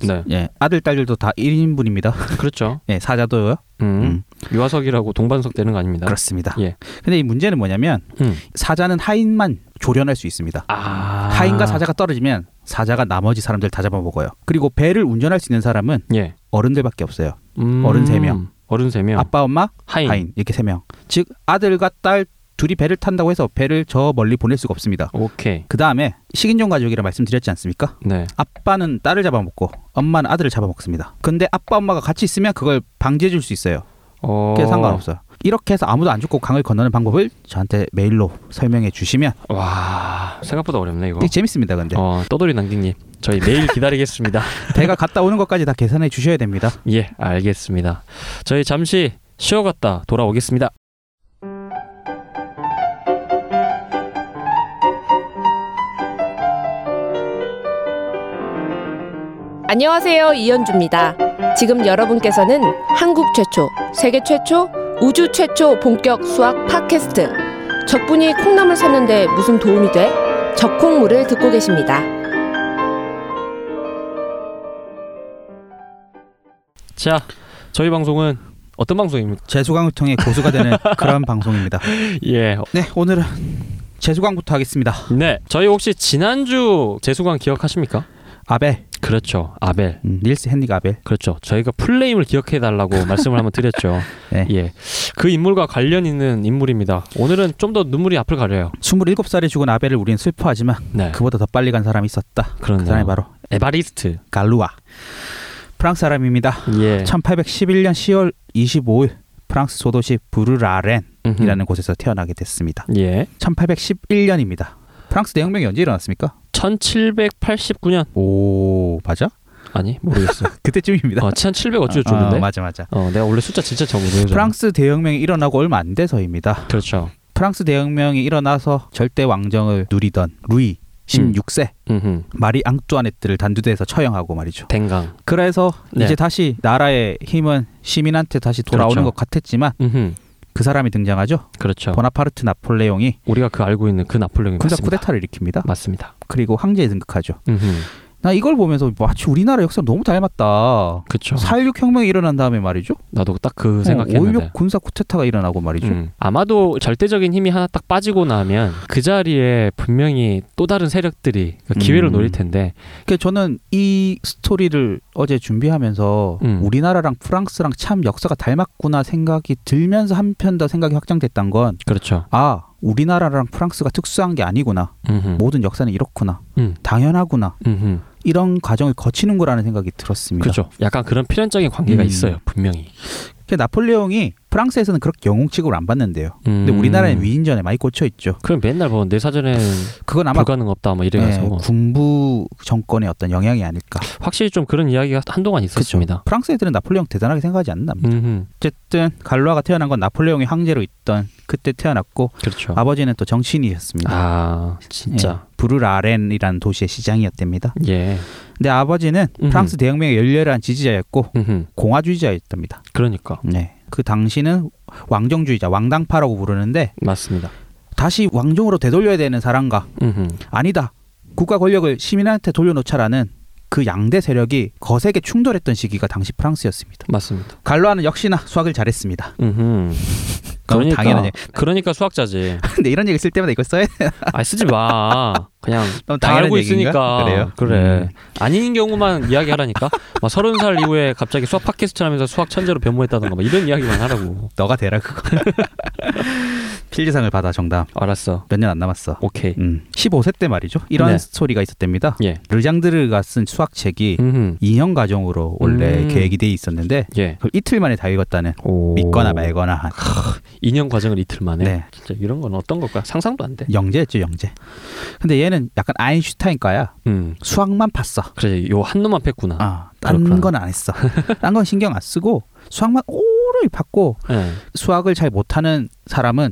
네.
예, 아들 딸들도 다 1인분입니다. <laughs>
그렇죠.
예, 사자도요.
음.
음.
유아석이라고 동반석 되는 거 아닙니다.
그렇습니다.
예.
근데 이 문제는 뭐냐면
음.
사자는 하인만 조련할 수 있습니다.
아.
하인과 사자가 떨어지면 사자가 나머지 사람들 다 잡아먹어요. 그리고 배를 운전할 수 있는 사람은
예.
어른들밖에 없어요.
음.
어른 세 명.
어른 세 명.
아빠, 엄마,
하인.
하인 이렇게 세 명. 즉 아들과 딸 둘이 배를 탄다고 해서 배를 저 멀리 보낼 수가 없습니다.
오케이.
그 다음에 식인종 가족이라 말씀드렸지 않습니까?
네.
아빠는 딸을 잡아먹고 엄마는 아들을 잡아먹습니다. 근데 아빠 엄마가 같이 있으면 그걸 방지해 줄 수 있어요.
어.
그게 상관없어요. 이렇게 해서 아무도 안 죽고 강을 건너는 방법을 저한테 메일로 설명해 주시면
와. 생각보다 어렵네 이거.
되게 재밌습니다. 근데
어, 떠돌이 낭딩님. 저희 매일 기다리겠습니다. <laughs>
배가 갔다 오는 것까지 다 계산해 주셔야 됩니다.
예, 알겠습니다. 저희 잠시 쉬어갔다 돌아오겠습니다.
안녕하세요. 이현주입니다. 지금 여러분께서는 한국 최초, 세계 최초, 우주 최초 본격 수학 팟캐스트. 적분이 콩나물 샀는데 무슨 도움이 돼? 적콩물을 듣고 계십니다.
자, 저희 방송은 어떤 방송입니까?
재수강을 통해 고수가 되는
<laughs>
그런 방송입니다.
예,
네, 오늘은 재수강부터 하겠습니다.
네. 저희 혹시 지난주 재수강 기억하십니까?
아벨,
그렇죠. 아벨.
음, 닐스 헨릭 아벨.
그렇죠. 저희가 플레임을 기억해 <laughs> 달라고 말씀을 한번 드렸죠.
네.
예. 그 인물과 관련 있는 인물입니다. 오늘은 좀 더 눈물이 앞을 가려요.
27살에 죽은 아벨을 우리는 슬퍼하지만
네. 어.
그보다 더 빨리 간 사람이 있었다.
그런
그 사람이 바로
에바리스트.
갈루아 프랑스 사람입니다.
예.
1811년 10월 25일 프랑스 소도시 부르라렌이라는
음흠.
곳에서 태어나게 됐습니다.
예.
1811년입니다. 프랑스 대혁명이 언제 일어났습니까?
1789년
오 맞아?
아니 모르겠어.
<laughs> 그때쯤입니다.
어, 1700 어쩌고
아,
저쩌는데.
맞아 맞아.
어, 내가 원래 숫자 진짜 잘 모르는
프랑스 대혁명이 일어나고 얼마 안 돼서입니다.
그렇죠.
프랑스 대혁명이 일어나서 절대 왕정을 누리던 루이 16세
음흠.
마리 앙뚜아네트를 단두대에서 처형하고 말이죠.
댕강.
그래서
네.
이제 다시 나라의 힘은 시민한테 다시 돌아오는
그렇죠.
것 같았지만
음흠.
그 사람이 등장하죠.
그렇죠.
보나파르트 나폴레옹이
우리가 그 알고 있는 그 나폴레옹이
군사
맞습니다. 음.
쿠데타를 일으킵니다.
맞습니다.
그리고 황제에 등극하죠.
음흠.
나 이걸 보면서 마치 우리나라 역사 너무 닮았다.
그렇죠.
4.16 혁명이 일어난 다음에 말이죠.
나도 딱
어,
그 생각했는데.
5.16 군사 쿠데타가 일어나고 말이죠.
음. 아마도 절대적인 힘이 하나 딱 빠지고 나면 그 자리에 분명히 또 다른 세력들이 그 기회를
음.
노릴 텐데
그러니까 저는 이 스토리를 어제 준비하면서
음.
우리나라랑 프랑스랑 참 역사가 닮았구나 생각이 들면서 한편 더 생각이 확장됐던 건
그렇죠.
아 우리나라랑 프랑스가 특수한 게 아니구나
음흠.
모든 역사는 이렇구나
음.
당연하구나
음흠.
이런 과정을 거치는 거라는 생각이 들었습니다
그렇죠. 약간 그런 필연적인 관계가
음.
있어요, 분명히.
그러니까 나폴레옹이 프랑스에서는 그렇게 영웅 취급을 안 받는데요
음.
근데 우리나라는 위인전에 많이 꽂혀 있죠
그럼 맨날 보면 내 사전에
그건 <laughs> 아마
불가능 없다 뭐
예,
이래서
군부 정권의 어떤 영향이 아닐까
확실히 좀 그런 이야기가 한동안 있었습니다.
프랑스 애들은 나폴레옹 대단하게 생각하지 않는답니다
음흠.
어쨌든 갈루아가 태어난 건 나폴레옹의 황제로 있던 그때 태어났고
그렇죠. 아,
아버지는 또 정치인이셨습니다
진짜.
예, 부르라렌이라는 도시의 시장이었답니다
예.
근데 아버지는
음흠.
프랑스 대혁명의 열렬한 지지자였고
음흠.
공화주의자였답니다.
그러니까
네. 그 당시는 왕정주의자, 왕당파라고 부르는데
맞습니다.
다시 왕정으로 되돌려야 되는 사람과
음흠.
아니다. 국가 권력을 시민한테 돌려놓자라는 그 양대 세력이 거세게 충돌했던 시기가 당시 프랑스였습니다.
맞습니다.
갈로아는 역시나 수학을 잘했습니다.
음흠.
너무 당연하지.
그러니까 수학자지.
<laughs> 근데 이런 얘기 쓸 때마다 이걸 써야
아 쓰지 마.
<laughs>
그냥
너무
다
당연한
알고
얘기인가?
있으니까
그래요?
그래.
음.
아닌 경우만 이야기하라니까. 막 서른 살 이후에 갑자기 수학
<laughs>
팟캐스트 하면서 수학 천재로 변모했다던가 막 이런 이야기만 하라고.
너가 되라 그거. 필리상을 받아 정답.
알았어.
몇 년 안 남았어.
오케이.
음. 15세 때 말이죠. 이런
네.
스토리가 있었답니다.
예.
르장드르가 쓴 수학책이
음.
인형 과정으로 원래
음.
계획이 돼 있었는데
예.
그걸 이틀 만에 다 읽었다는
오.
믿거나 말거나 한
인형 과정을 이틀 만에.
네.
진짜 이런 건 어떤 걸까? 상상도 안 돼.
영재였죠 영재. 근데 얘는 약간 아인슈타인과야.
음.
수학만 봤어.
그래. 요 한 놈만 뺐구나.
아,
그렇구나.
딴건 안 했어. 딴 건 신경 안 쓰고 수학만 오로이 받고
예.
수학을 잘 못하는 사람은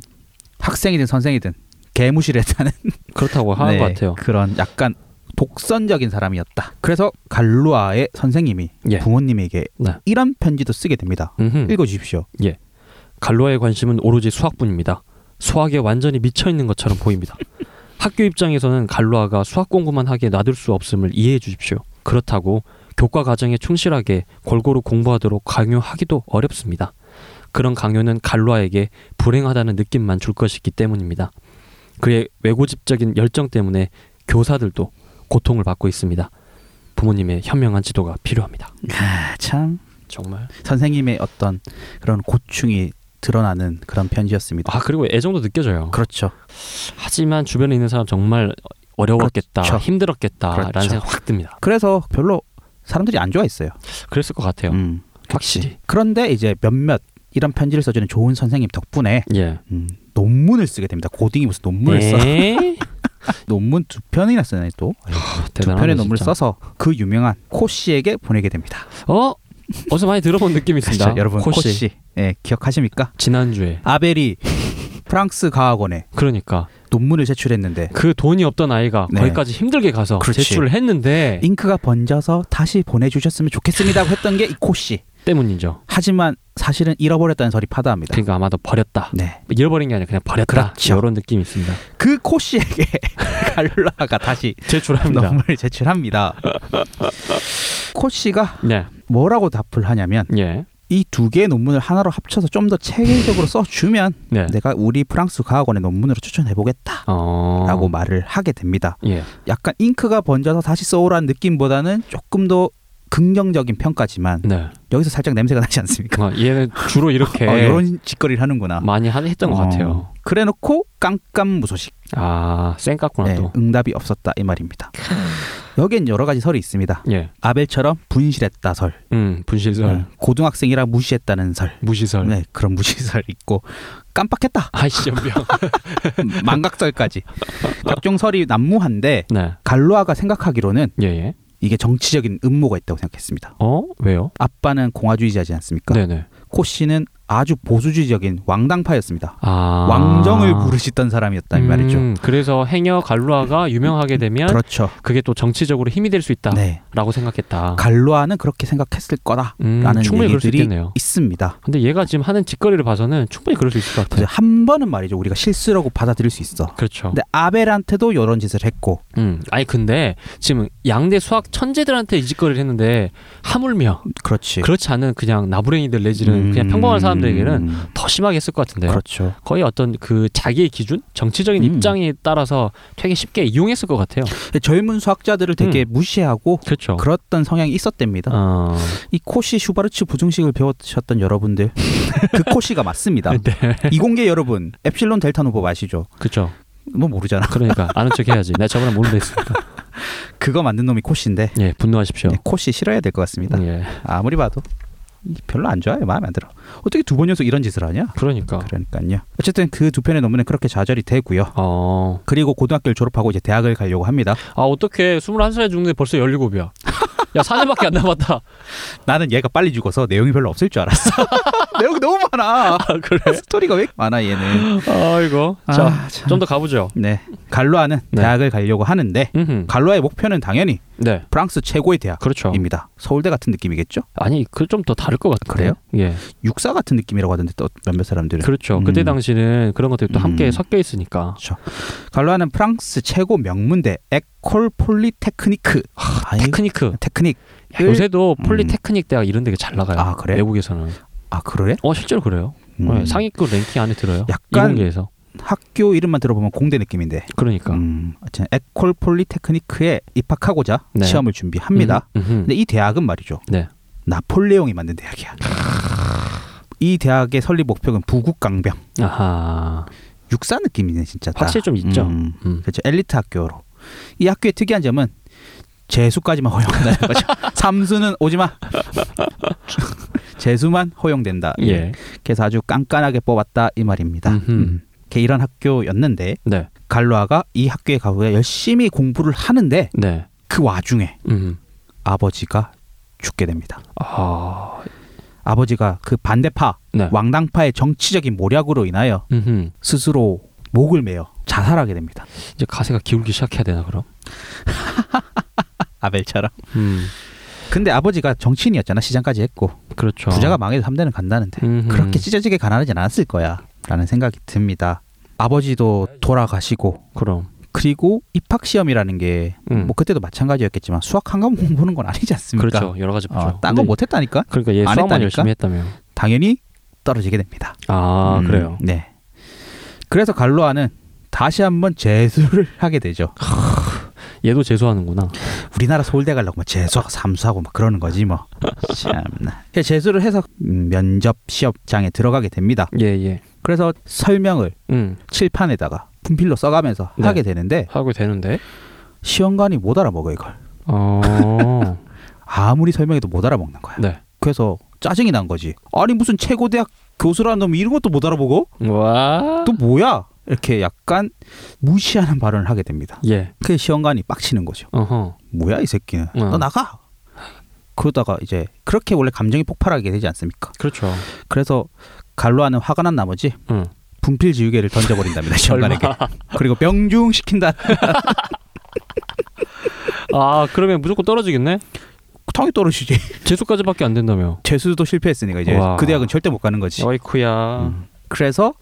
학생이든 선생이든 개무시를
<laughs>
했다는
그렇다고 하는
네,
것 같아요.
그런 약간 독선적인 사람이었다. 그래서 갈루아의 선생님이
예.
부모님에게
네.
이런 편지도 쓰게 됩니다.
음흠.
읽어주십시오.
갈로아의 관심은 오로지 수학뿐입니다. 수학에 완전히 미쳐 있는 것처럼 <laughs> 보입니다. 학교 입장에서는 갈로아가 수학 공부만 하게 놔둘 수 없음을 이해해 주십시오. 그렇다고 교과 과정에 충실하게 골고루 공부하도록 강요하기도 어렵습니다. 그런 강요는 갈로아에게 불행하다는 느낌만 줄 것이기 때문입니다. 그의 외고집적인 열정 때문에 교사들도 고통을 받고 있습니다. 부모님의 현명한 지도가 필요합니다.
아, 참
정말.
선생님의 어떤 그런 고충이 드러나는 그런 편지였습니다.
아 그리고 애정도 느껴져요.
그렇죠.
하지만 주변에 있는 사람 정말 어려웠겠다,
그렇죠.
힘들었겠다라는
그렇죠.
생각 확 듭니다.
그래서 별로 사람들이 안 좋아했어요.
그랬을 것 같아요.
음,
확실히.
그런데 이제 몇몇 이런 편지를 써주는 좋은 선생님 덕분에
예.
음, 논문을 쓰게 됩니다. 고딩이 무슨 논문을
네. <laughs>
써?
에이?
논문 두 편이나 쓰네 또. 두
아, 대단하네,
편의 논문을
진짜.
써서 그 유명한 코 씨에게 보내게 됩니다.
어? 어서 많이 들어본 느낌이 있습니다.
그렇죠, 여러분 코 씨,
코시.
예, 기억하십니까?
지난주에
아벨이 <laughs> 프랑스 과학원에
그러니까
논문을 제출했는데
그 돈이 없던 아이가
네.
거기까지 힘들게 가서
그렇지.
제출을 했는데
잉크가 번져서 다시 보내주셨으면 좋겠습니다고 했던 게 이 코 씨.
때문이죠.
하지만 사실은 잃어버렸다는 설이 파다합니다.
그러니까 아마도 버렸다.
네.
잃어버린 게 아니라 그냥 버렸다.
그렇죠.
이런 느낌이 있습니다.
그 코씨에게 <laughs> 갈라가 다시
제출합니다.
논문을 제출합니다. 코씨가
네.
뭐라고 답을 하냐면
예.
이 두 개의 논문을 하나로 합쳐서 좀 더 체계적으로 써주면
네.
내가 우리 프랑스 과학원의 논문으로 추천해보겠다.
어.
라고 말을 하게 됩니다.
예.
약간 잉크가 번져서 다시 써오라는 느낌보다는 조금 더 긍정적인 평가지만
네.
여기서 살짝 냄새가 나지 않습니까?
아, 얘는 주로 이렇게
어, 이런 짓거리를 하는구나.
많이 하, 했던 것
어,
같아요.
그래놓고 깜깜무소식.
아, 쌩 깠구나
네,
또.
응답이 없었다 이 말입니다. 여기엔 여러 가지 설이 있습니다.
예.
아벨처럼 분실했다 설,
음, 분실설,
네, 고등학생이라 무시했다는 설,
무시설.
네 그런 무시설 있고 깜빡했다
<laughs>
<laughs>
아이씨 연병.
망각설까지 각종 설이 난무한데
네.
갈로아가 생각하기로는
예, 예.
이게 정치적인 음모가 있다고 생각했습니다.
어? 왜요?
아빠는 공화주의자지 않습니까?
네네.
코 씨는 아주 보수주의적인 왕당파였습니다.
아.
왕정을 부르시던 사람이었다 이 말이죠. 네.
음, 그래서 행여 갈루아가 유명하게 되면
그렇죠.
그게또 정치적으로 힘이 될 수 있다라고
네.
생각했다.
갈로아는 그렇게 생각했을 거다.
음,
라는
충분히 그럴 수
얘기들이
있겠네요.
있습니다.
근데 얘가 지금 하는 짓거리를 봐서는 충분히 그럴 수 있을 것
그래서
같아요.
한 번은 말이죠 우리가 실수라고 받아들일 수 있어.
그렇죠.
근데 아벨한테도 이런 짓을 했고
음, 아니 근데 지금 양대 수학 천재들한테 이 짓거리를 했는데 하물며
그렇지.
그렇지 않은 그냥 나부랭이들 내지는
음,
그냥 평범한 사람들에게는
네. 음,
더 심하게 했을 것 같은데요.
그렇죠.
거의 어떤 그 자기의 기준, 정치적인
음.
입장에 따라서 되게 쉽게 이용했을 것 같아요.
근데 예, 젊은 수학자들을 되게 무시하고
음. 그렇죠.
그랬던 성향이 있었답니다.
어,
이 코시 슈바르츠 부등식을 배우셨던 여러분들 그 코시가 맞습니다. 이공계 여러분 엡실론 델타 노법 아시죠?
그렇죠.
뭐 모르잖아. <laughs>
그러니까 아는 척 해야지. 나 저번에 모르는 데 있으니까.
그거 만든 놈이 코시인데
예, 분노하십시오.
네, 코시 싫어야 될 것 같습니다.
예,
아무리 봐도 별로 안 좋아요. 마음에 안 들어. 어떻게 두 번 연속 이런 짓을 하냐?
그러니까.
그러니까요. 어쨌든 그 두 편의 논문은 그렇게 좌절이 되고요.
어,
그리고 고등학교를 졸업하고 이제 대학을 가려고 합니다.
아 어떻게 21살에 죽는데 벌써 17이야. 야, 4년밖에 안 남았다.
나는 얘가 빨리 죽어서 내용이 별로 없을 줄 알았어. <laughs> 내용이 너무 <laughs> 많아.
아, 그래?
스토리가 왜 이렇게 많아 얘는.
아이고. 자,
아, 참.
좀 더 가보죠.
네. 갈로아는
네.
대학을 가려고 하는데
음,
갈로아의 목표는 당연히
네,
프랑스 최고의
그렇죠.
대학입니다. 서울대 같은 느낌이겠죠?
아니, 그 좀 더 다를 것 같은데.
그래요?
예,
육사 같은 느낌이라고 하던데 또 몇몇 사람들은.
그렇죠.
음.
그때 당시는 그런 것들이 또 함께
음.
섞여 있으니까. 그
갈로아는 프랑스 최고 명문대 에콜 폴리테크니크. 아이,
테크니크.
테크닉.
야, 요새도
음.
폴리테크닉 대학 이런 데가 잘 나가요.
아, 그래?
외국에서는.
아 그래?
어 실제로 그래요.
음.
네, 상위급 랭킹 안에 들어요.
약간-
이공계에서.
학교 이름만 들어보면 공대 느낌인데.
그러니까.
음, 하여튼 에콜 폴리테크니크에 입학하고자
네.
시험을 준비합니다.
음, 음, 음.
근데 이 대학은 말이죠.
네.
나폴레옹이 만든
아.
대학이야. 이 대학의 설립 목표는 부국 강병.
네. 아하.
육사 느낌이네 진짜. 딱.
확실히 좀 있죠.
음,
음.
그렇죠. 엘리트 학교로. 이 학교의 특이한 점은 재수까지만 <laughs> 허용한다는 거죠. 삼수는 오지 마. <laughs> 재수만 허용된다.
예.
그래서 아주 깐깐하게 뽑았다 이 말입니다.
음흠.
음. 걔 이런 학교였는데
네.
갈로아가 이 학교에 가고 열심히 공부를 하는데
네.
그 와중에
음.
아버지가 죽게 됩니다.
아.
아버지가 그 반대파
네.
왕당파의 정치적인 모략으로 인하여
음흠.
스스로 목을 매어 자살하게 됩니다.
이제 가세가 기울기 시작해야 되나 그럼?
아벨처럼.
음.
근데 아버지가 정치인이었잖아 시장까지 했고
그렇죠.
부자가 망해도 3대는 간다는데
음흠.
그렇게 찢어지게 가난하진 않았을 거야 라는 생각이 듭니다. 아버지도 돌아가시고
그럼.
그리고 입학 시험이라는 게 뭐
음.
그때도 마찬가지였겠지만 수학 한 과목 공부는 건 아니지 않습니까?
그렇죠. 여러 가지 보죠.
어, 딴거
근데-
못했다니까
그러니까 얘
안
수학만
했다니까?
열심히 했다며.
당연히 떨어지게 됩니다.
아
음,
그래요.
네. 그래서 갈로아는 다시 한번 재수를 <laughs> 하게 되죠.
얘도 재수하는구나.
우리나라 서울대 가려고 막 재수하고 삼수하고 막 그러는 거지 뭐. 참나. 그래서 재수를 해서 음, 면접 시험장에 들어가게 됩니다.
예 예.
그래서 설명을
음.
칠판에다가 분필로 써가면서
네.
하게 되는데
하고 되는데.
시험관이 못 알아먹어 이걸.
어.
<laughs> 아무리 설명해도 못 알아먹는 거야.
네.
그래서 짜증이 난 거지. 아니 무슨 최고 대학 교수라는 놈이 이런 것도 못 알아보고
와.
또 뭐야? 이렇게 약간 무시하는 발언을 하게 됩니다.
예.
그 시험관이 빡치는 거죠.
어허.
뭐야 이 새끼는
어.
너 나가 그러다가 이제 그렇게 원래 감정이 폭발하게 되지 않습니까
그렇죠.
그래서 갈로아는 화가 난 나머지
응.
분필 지우개를
<laughs>
던져버린답니다 시험관에게 그리고 명중시킨다
아 그러면 무조건 떨어지겠네.
텅이 떨어지지
재수까지밖에 안 된다며.
재수도 실패했으니까 이제
와.
그 대학은 절대 못 가는 거지
어이쿠야.
음. 그래서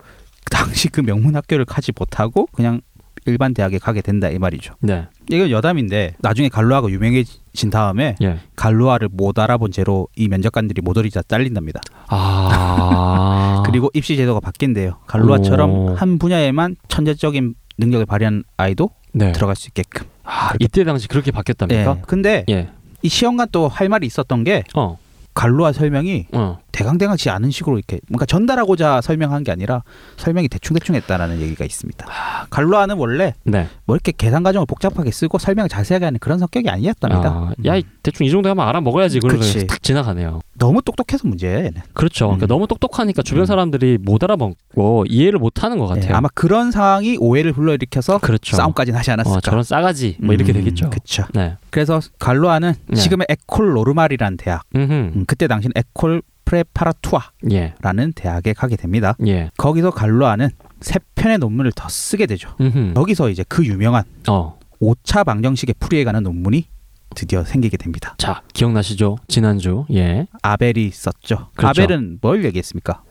당시 그 명문 학교를 가지 못하고 그냥 일반 대학에 가게 된다 이 말이죠
네.
이건 여담인데 나중에 갈로아가 유명해진 다음에
예.
갈로아를 못 알아본 채로 이 면접관들이 모조리 다 잘린답니다
<laughs> 아.
그리고 입시 제도가 바뀐대요. 갈루아처럼
오.
한 분야에만 천재적인 능력을 발휘한 아이도
네.
들어갈 수 있게끔.
아, 이때 당시 그렇게 바뀌었답니까?
예. 근데
예.
이 시험관 또 할 말이 있었던 게
어.
갈루아 설명이
어.
대강대강치 않은 식으로 이렇게 뭔가 전달하고자 설명한 게 아니라 설명이 대충대충 했다라는 얘기가 있습니다. 갈루아는 원래
네.
뭐 이렇게 계산 과정을 복잡하게 쓰고 설명을 자세하게 하는 그런 성격이 아니었답니다.
아, 야, 이-
음.
대충 이 정도 하면 알아 먹어야지. 그러면
그치.
탁 지나가네요.
너무 똑똑해서 문제예요. 얘는.
그렇죠. 그러니까
음.
너무 똑똑하니까 주변
음.
사람들이 못 알아먹고 이해를 못 하는 것 네, 같아요.
예, 아마 그런 상황이 오해를 불러일으켜서
그렇죠.
싸움까지는 하지 않았을까.
어, 저런 싸가지 뭐 이렇게 되겠죠.
그렇죠.
네.
그래서 갈로아는
네.
지금의 에콜 노르말이라는 대학,
음.
음, 그때 당시는 에콜 프레파라투아라는
예.
대학에 가게 됩니다.
예.
거기서 갈로아는 세 편의 논문을 더 쓰게 되죠.
음.
여기서 이제 그 유명한
어.
오차 방정식의 풀이에 관한 논문이 드디어 생기게 됩니다.
자, 기억나시죠? 지난주. 예.
아벨이 썼죠.
그렇죠.
아벨은 뭘 얘기했습니까?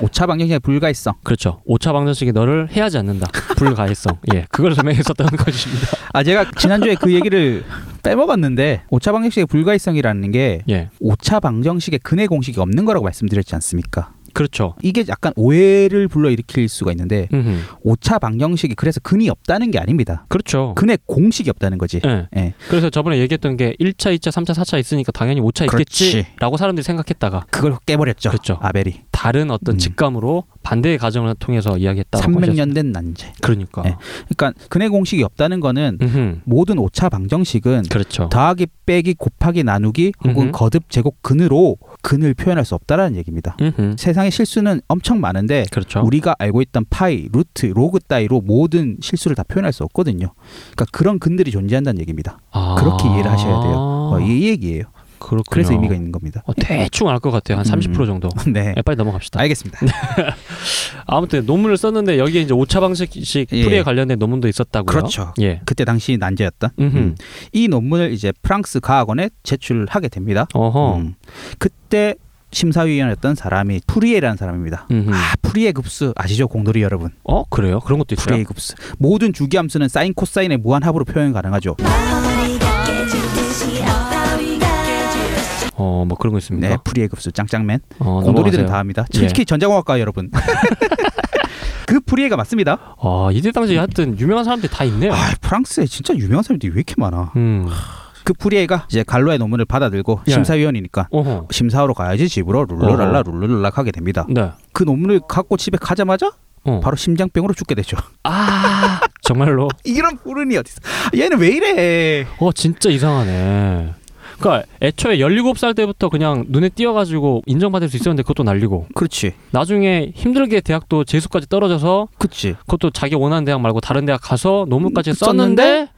오차 방정식의 불가이성.
그렇죠. 오차 방정식이 너를 해하지 않는다. 불가해성. 예. 그걸 설명했었다는 <laughs> 것입니다.
아 제가 지난주에 그
<laughs>
얘기를 빼먹었는데 오차 방정식의 불가이성이라는 게
예.
오차 방정식의 근해 공식이 없는 거라고 말씀드렸지 않습니까?
그렇죠.
이게 약간 오해를 불러일으킬 수가 있는데
음.
오차 방정식이 그래서 근이 없다는 게 아닙니다.
그렇죠.
근의 공식이 없다는 거지.
예.
예.
그래서 저번에 얘기했던 게 1차, 2차, 3차, 4차 있으니까 당연히 5차
그렇지.
있겠지라고 사람들이 생각했다가
그걸 깨버렸죠.
그렇죠.
아벨이
다른 어떤
음.
직감으로 반대의 과정을 통해서 이야기했다고
300년 된 난제.
그러니까.
예. 그러니까 근의 공식이 없다는 거는
음흠.
모든 오차 방정식은
그렇죠.
더하기 빼기 곱하기 나누기 혹은
음흠.
거듭 제곱 근으로 근을 표현할 수 없다라는 얘기입니다.
음흠.
세상에 실수는 엄청 많은데
그렇죠.
우리가 알고 있던 파이, 루트, 로그 따위로 모든 실수를 다 표현할 수 없거든요. 그러니까 그런 근들이 존재한다는 얘기입니다.
아.
그렇게 이해를 하셔야 돼요. 어, 이 얘기예요.
그렇군요.
그래서 의미가 있는 겁니다. <laughs>
어, 대충 알 것 같아요. 한 30% 정도.
네.
예, 빨리 넘어갑시다. 네.
알겠습니다.
아무튼 논문을 썼는데 여기에 이제 오차 방식식
예.
풀이에 관련된 논문도 있었다고요.
그렇죠.
예.
그때 당시 난제였던
음흠.
음. 이 논문을 이제 프랑스 과학원에 제출하게 됩니다.
어허.
음. 그때 심사위원이었던 사람이 프리에라는 사람입니다.
음흠.
아 프리에 급수 아시죠 공돌이 여러분?
어 그래요? 그런 것도 있어요.
프리에 급수 모든 주기함수는 사인 코사인의 무한합으로 표현 가능하죠.
어뭐 그런 거 있습니까?
네, 프리에 급수 짱짱맨
어,
공돌이들은
넘어가세요.
다 합니다.
예.
특히 전자공학과 여러분.
<laughs>
그 프리에가 맞습니다.
아 이때 당시 하여튼 유명한 사람들이 다 있네요.
아 프랑스에 진짜 유명한 사람들이 왜 이렇게 많아?
음.
그 프리에가 이제 갈로의 논문을 받아들고
예. 어.
심사위원이니까
어허.
심사하러 가야지 집으로 룰루랄라 룰루랄라 하게 됩니다.
네.
그 논문을 갖고 집에 가자마자
어.
바로 심장병으로 죽게 되죠. <laughs>
아 정말로
이런 불운이 어딨어? 아, 얘는 왜 이래?
어 진짜 이상하네. 그러니까 애초에 17살 때부터 그냥 눈에 띄어가지고 인정받을 수 있었는데 그것도 날리고
그렇지,
나중에 힘들게 대학도 재수까지 떨어져서
그렇지.
그것도 자기 원하는 대학 말고 다른 대학 가서 논문까지
음,
썼는데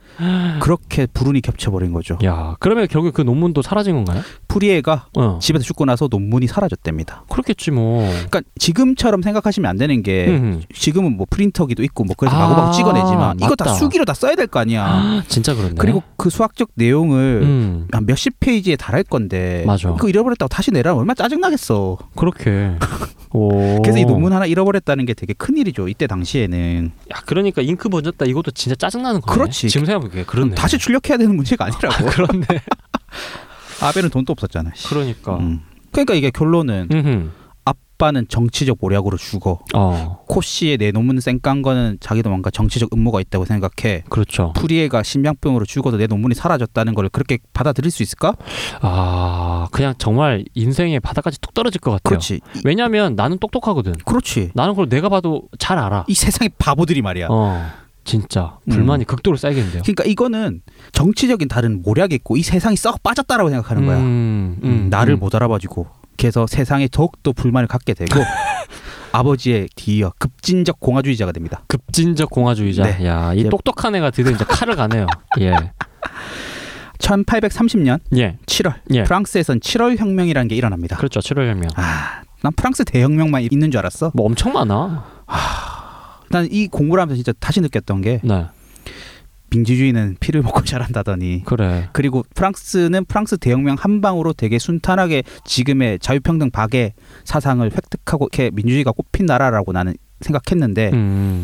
그렇게 불운이 겹쳐버린 거죠.
야 그러면 결국 그 논문도 사라진 건가요?
프리에가
어
집에서 죽고 나서 논문이 사라졌답니다.
그렇겠지 뭐.
그러니까 지금처럼 생각하시면 안 되는 게
음,
지금은 뭐 프린터기도 있고 뭐 그래서
아,
마구마구 찍어내지만 이거 다
맞다.
수기로 다 써야 될 거 아니야.
음. 진짜 그렇네.
그리고 그 수학적 내용을
음
한 몇십 페이지에 달할 건데
맞아.
그거 잃어버렸다고 다시 내라면 얼마나 짜증나겠어.
음,
<laughs>
그렇게. 오.
그래서 이 논문 하나 잃어버렸다는 게 되게 큰일이죠. 이때 당시에는
야 그러니까 잉크 번졌다 이것도 진짜 짜증나는 거네.
그렇지.
지금 생각해보게 그렇네.
다시 출력해야 되는 문제가 아니라고.
<laughs> 그렇네.
<laughs> 아베는 돈도 없었잖아. 씨.
그러니까. 음.
음. 그러니까 이게 결론은
음.
아빠는 정치적 모략으로 죽어.
어
코씨의 내 논문 쌩깐 거는 자기도 뭔가 정치적 음모가 있다고 생각해.
그렇죠.
프리에가 심장병으로 죽어서 내 논문이 사라졌다는 걸 그렇게 받아들일 수 있을까?
아 그냥 정말 인생의 바닥까지 툭 떨어질 것 같아요.
그렇지. 이-
왜냐면 나는 똑똑하거든.
그렇지.
나는 그걸 내가 봐도 잘 알아.
이 세상의 바보들이 말이야.
어 진짜
음.
불만이 극도로 쌓이겠는데요.
그러니까 이거는 정치적인 다른 모략이 있고 이 세상이 썩 빠졌다라고 생각하는 거야.
음,
음, 나를
음.
못 알아봐주고 그래서 세상에 더욱더 불만을
<laughs>
갖게 되고 아버지의 뒤이어 급진적 공화주의자가 됩니다.
급진적 공화주의자.
네.
야 이
이제-
똑똑한 애가 드디어 이제 칼을
<laughs>
가네요. 예.
1830년
예.
7월
예.
프랑스에선 7월 혁명이라는 게 일어납니다.
그렇죠. 7월 혁명.
아, 난 프랑스 대혁명만 있는 줄 알았어.
뭐 엄청 많아.
난 이 공부를 하면서 진짜 다시 느꼈던 게
네.
민주주의는 피를 먹고 자란다더니
그래.
그리고 프랑스는 프랑스 대혁명 한 방으로 되게 순탄하게 지금의 자유평등 박의 사상을 획득하고 이렇게 민주주의가 꼽힌 나라라고 나는 생각했는데
음.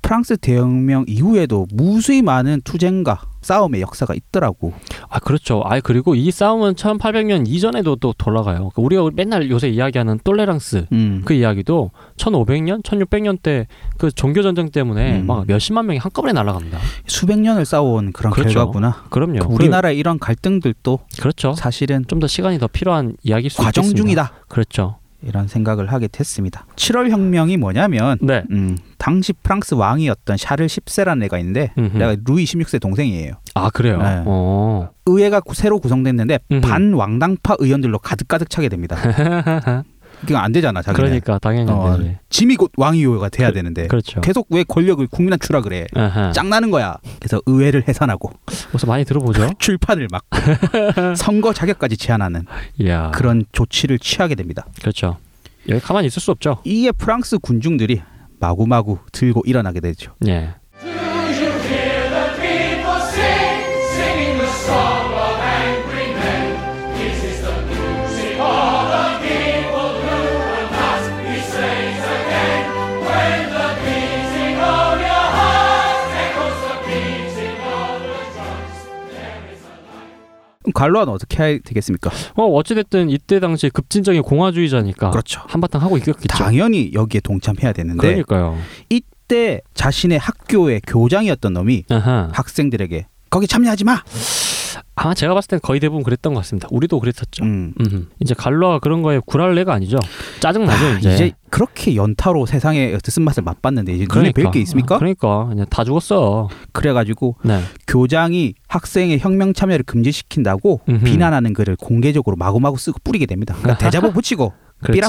프랑스 대혁명 이후에도 무수히 많은 투쟁과 싸움의 역사가 있더라고.
아 그렇죠. 아 그리고 이 싸움은 1800년 이전에도 또 돌아가요. 그 우리가 맨날 요새 이야기하는 똘레랑스
음.
그 이야기도 1500년, 1600년 때 그 종교 전쟁 때문에
음.
막 몇십만 명이 한꺼번에 날아갑니다.
수백 년을 싸워온 그런
그렇죠.
결과구나.
그럼요.
그 우리나라의 이런 갈등들도
그- 그렇죠.
사실은
좀 더 시간이 더 필요한 이야기일 수
과정
있겠습니다.
중이다.
그렇죠.
이런 생각을 하게 됐습니다. 7월 혁명이 뭐냐면
네.
음, 당시 프랑스 왕이었던 샤를 10세라는 애가 있는데
음흠.
내가 루이 16세 동생이에요.
아 그래요.
네.
어.
의회가 새로 구성됐는데
음흠.
반왕당파 의원들로 가득가득 차게
<laughs>
됩니다. 이거 안 되잖아, 자기는.
그러니까 당연히
어,
안 되지.
짐이 곧 왕이요가 돼야
그-
되는데
그렇죠.
네. 계속 왜 권력을 국민한 추라 그래.
아하.
짱나는 거야. 그래서 의회를 해산하고
어서 많이 들어보죠.
출판을 막고 선거 자격까지 제한하는
<laughs> 이야. 그...
그런 조치를 취하게 됩니다.
렇죠 여기 가만히 있을 수 없죠.
이에 프랑스 군중들이 마구마구 들고 일어나게 되죠.
예.
그럼 갈로아는 어떻게 해야 되겠습니까?
어 어찌됐든 이때 당시 급진적인 공화주의자니까
그렇죠.
한바탕 하고 있겠죠.
당연히 여기에 동참해야 되는데
그러니까요.
이때 자신의 학교의 교장이었던 놈이
아하.
학생들에게 거기 참여하지 마.
그렇죠. 아마 제가 봤을 땐 거의 대부분 그랬던 것 같습니다. 우리도 그랬었죠.
음.
음. 이제 갈로아가 그런 거에 구랄래가 아니죠. 짜증 나죠
아,
음, 이제.
이제 그렇게 연타로 세상의 뜻은 맛을 맛봤는데 이제 눈에 뵐 게 있습니까?
아, 그러니까 그냥 다 죽었어.
그래가지고
네.
교장이 학생의 혁명 참여를 금지시킨다고
음흠.
비난하는 글을 공개적으로 마구마구 쓰고 뿌리게 됩니다. 그러니까 대자보 붙이고 삐라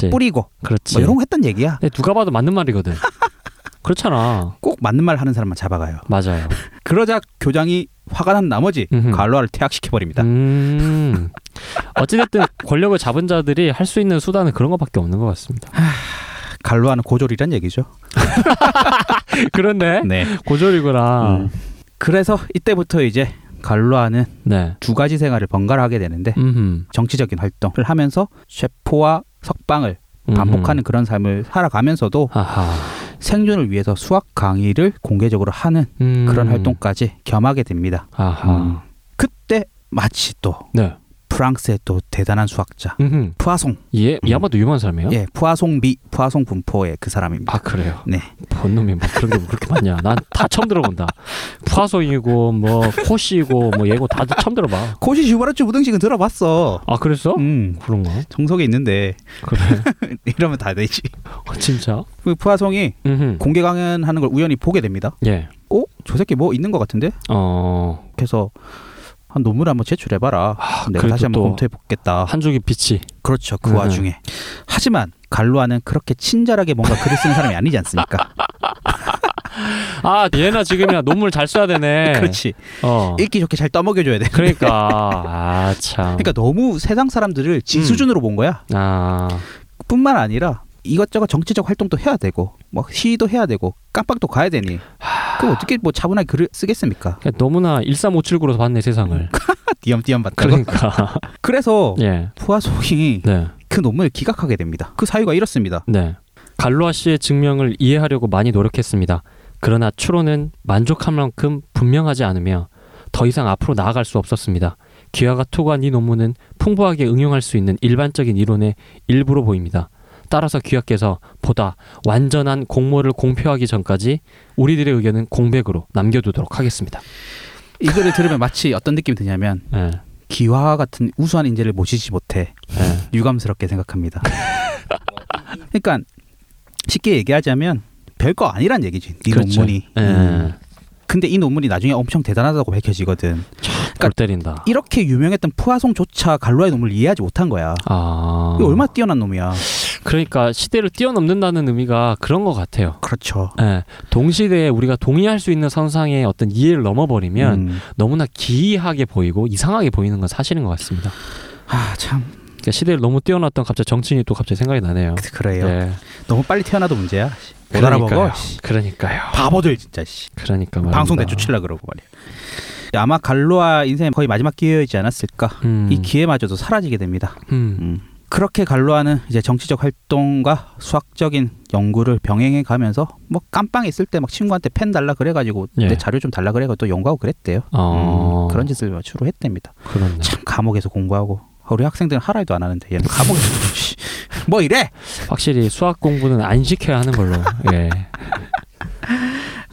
<laughs> 그렇지.
뿌리고
그렇지.
뭐 이런 거 했단 얘기야.
근데 누가 봐도 맞는 말이거든.
<laughs>
그렇잖아.
꼭 맞는 말 하는 사람만 잡아가요.
맞아요.
그러자 교장이 화가 난 나머지
음흠.
갈로아를 퇴학시켜 버립니다.
음. 어찌됐든 권력을 잡은 자들이 할 수 있는 수단은 그런 것밖에 없는 것
<laughs>
같습니다.
갈로아는 고졸이란 얘기죠.
그런데
네.
음. 고졸이구나.
음. 그래서 이때부터 이제 갈로아는
네.
두 가지 생활을 번갈아 하게 되는데
음.
정치적인 활동을 하면서 셰포와 석방을 반복하는 그런 삶을 살아가면서도
아하.
생존을 위해서 수학 강의를 공개적으로 하는
음.
그런 활동까지 겸하게 됩니다.
아하.
그때 마치 또
네.
프랑스의 또 대단한 수학자
음흠.
푸아송.
예, 이 아마도 유명한 사람이에요?
예, 푸아송비, 푸아송 분포의 그 사람입니다.
아 그래요?
네.
본 놈이 뭐 그런 게 뭐 그렇게 많냐? 난 다 처음 들어본다. 푸아송이고 뭐 코시고 뭐 얘고 다 처음 들어봐.
코시 슈바르츠 무등식은 들어봤어.
아 그랬어?
음.
그런가?
정석에 있는데 <laughs>
그래. <laughs>
이러면 다 되지.
어, 진짜?
그 푸아송이
음.
공개 강연하는 걸 우연히 보게 됩니다.
예.
어? 저 새끼 뭐 있는 것 같은데?
어.
그래서 한 논문을 한번 제출해봐라. 내가
아, 그래도
다시 한번
또-
검토해 보겠다.
한 줄기 빛이.
그렇죠. 그
음.
와중에. 하지만 갈루아는 그렇게 친절하게 뭔가 글을 쓰는 사람이 아니지 않습니까?
아 얘나 지금이야 논문을 잘 써야 <laughs> 되네.
<laughs> 그렇지.
어.
읽기 좋게 잘 떠먹여줘야 돼.
그러니까 아 참.
그러니까 너무 세상 사람들을 지
음.
수준으로 본 거야.
아
뿐만 아니라 이것저것 정치적 활동도 해야 되고 뭐 시위도 해야 되고 깜빡도 가야 되니 그 어떻게 뭐 차분하게 글을 쓰겠습니까? 아,
그러니까 너무나 13579로 봤네 세상을.
띄엄띄엄 봤다고. <laughs>
그러니까.
그래서
예.
푸아송이
네.
그 논문을 기각하게 됩니다. 그 사유가 이렇습니다.
네. 갈로아 씨의 증명을 이해하려고 많이 노력했습니다. 그러나 추론은 만족한 만큼 분명하지 않으며 더 이상 앞으로 나아갈 수 없었습니다. 기아가 토구한 이 논문은 풍부하게 응용할 수 있는 일반적인 이론의 일부로 보입니다. 따라서 귀하께서 보다 완전한 공모를 공표하기 전까지 우리들의 의견은 공백으로 남겨두도록 하겠습니다.
이 글을 들으면 마치 어떤 느낌이 드냐면
예,
기화 같은 우수한 인재를 모시지 못해
예,
유감스럽게
<laughs>
생각합니다. 그러니까 쉽게 얘기하자면 별거 아니란 얘기지. 이
그렇죠.
논문이.
예,
음. 근데 이 논문이 나중에 엄청 대단하다고 밝혀지거든.
골 때린다.
이렇게 유명했던 푸아송조차 갈로아의 논문을 이해하지 못한 거야.
아,
이 얼마나 뛰어난 놈이야.
그러니까 시대를 뛰어넘는다는 의미가 그런 것 같아요.
그렇죠.
예, 동시대에 우리가 동의할 수 있는 선상의 어떤 이해를 넘어버리면
음.
너무나 기이하게 보이고 이상하게 보이는 건 사실인 것 같습니다.
아, 참
그러니까 시대를 너무 뛰어났던 갑자기 정치인이 또 갑자기 생각이 나네요.
그래요.
예,
너무 빨리 태어나도 문제야. 씨. 못
그러니까요.
알아먹어. 씨.
그러니까요.
바보들 진짜. 씨.
그러니까 말입니다.
방송 대주 칠라 그러고 말이야. 아마 갈로아 인생 거의 마지막 기회이지 않았을까.
음,
이 기회마저도 사라지게 됩니다.
음,
그렇게 갈로아는 이제 정치적 활동과 수학적인 연구를 병행해 가면서 뭐 깜빵 있을 때 막 친구한테 펜 달라 그래가지고
예.
내 자료 좀 달라 그래가지고 또 연구하고 그랬대요.
어,
음, 그런 짓을 막 주로 했답니다.
그렇네.
참 감옥에서 공부하고 우리 학생들은 하라도 안 하는데 얘는 감옥에서 공부, <laughs> 씨. 뭐 이래
확실히 수학 공부는 안 시켜야 하는
<laughs>
걸로. 예,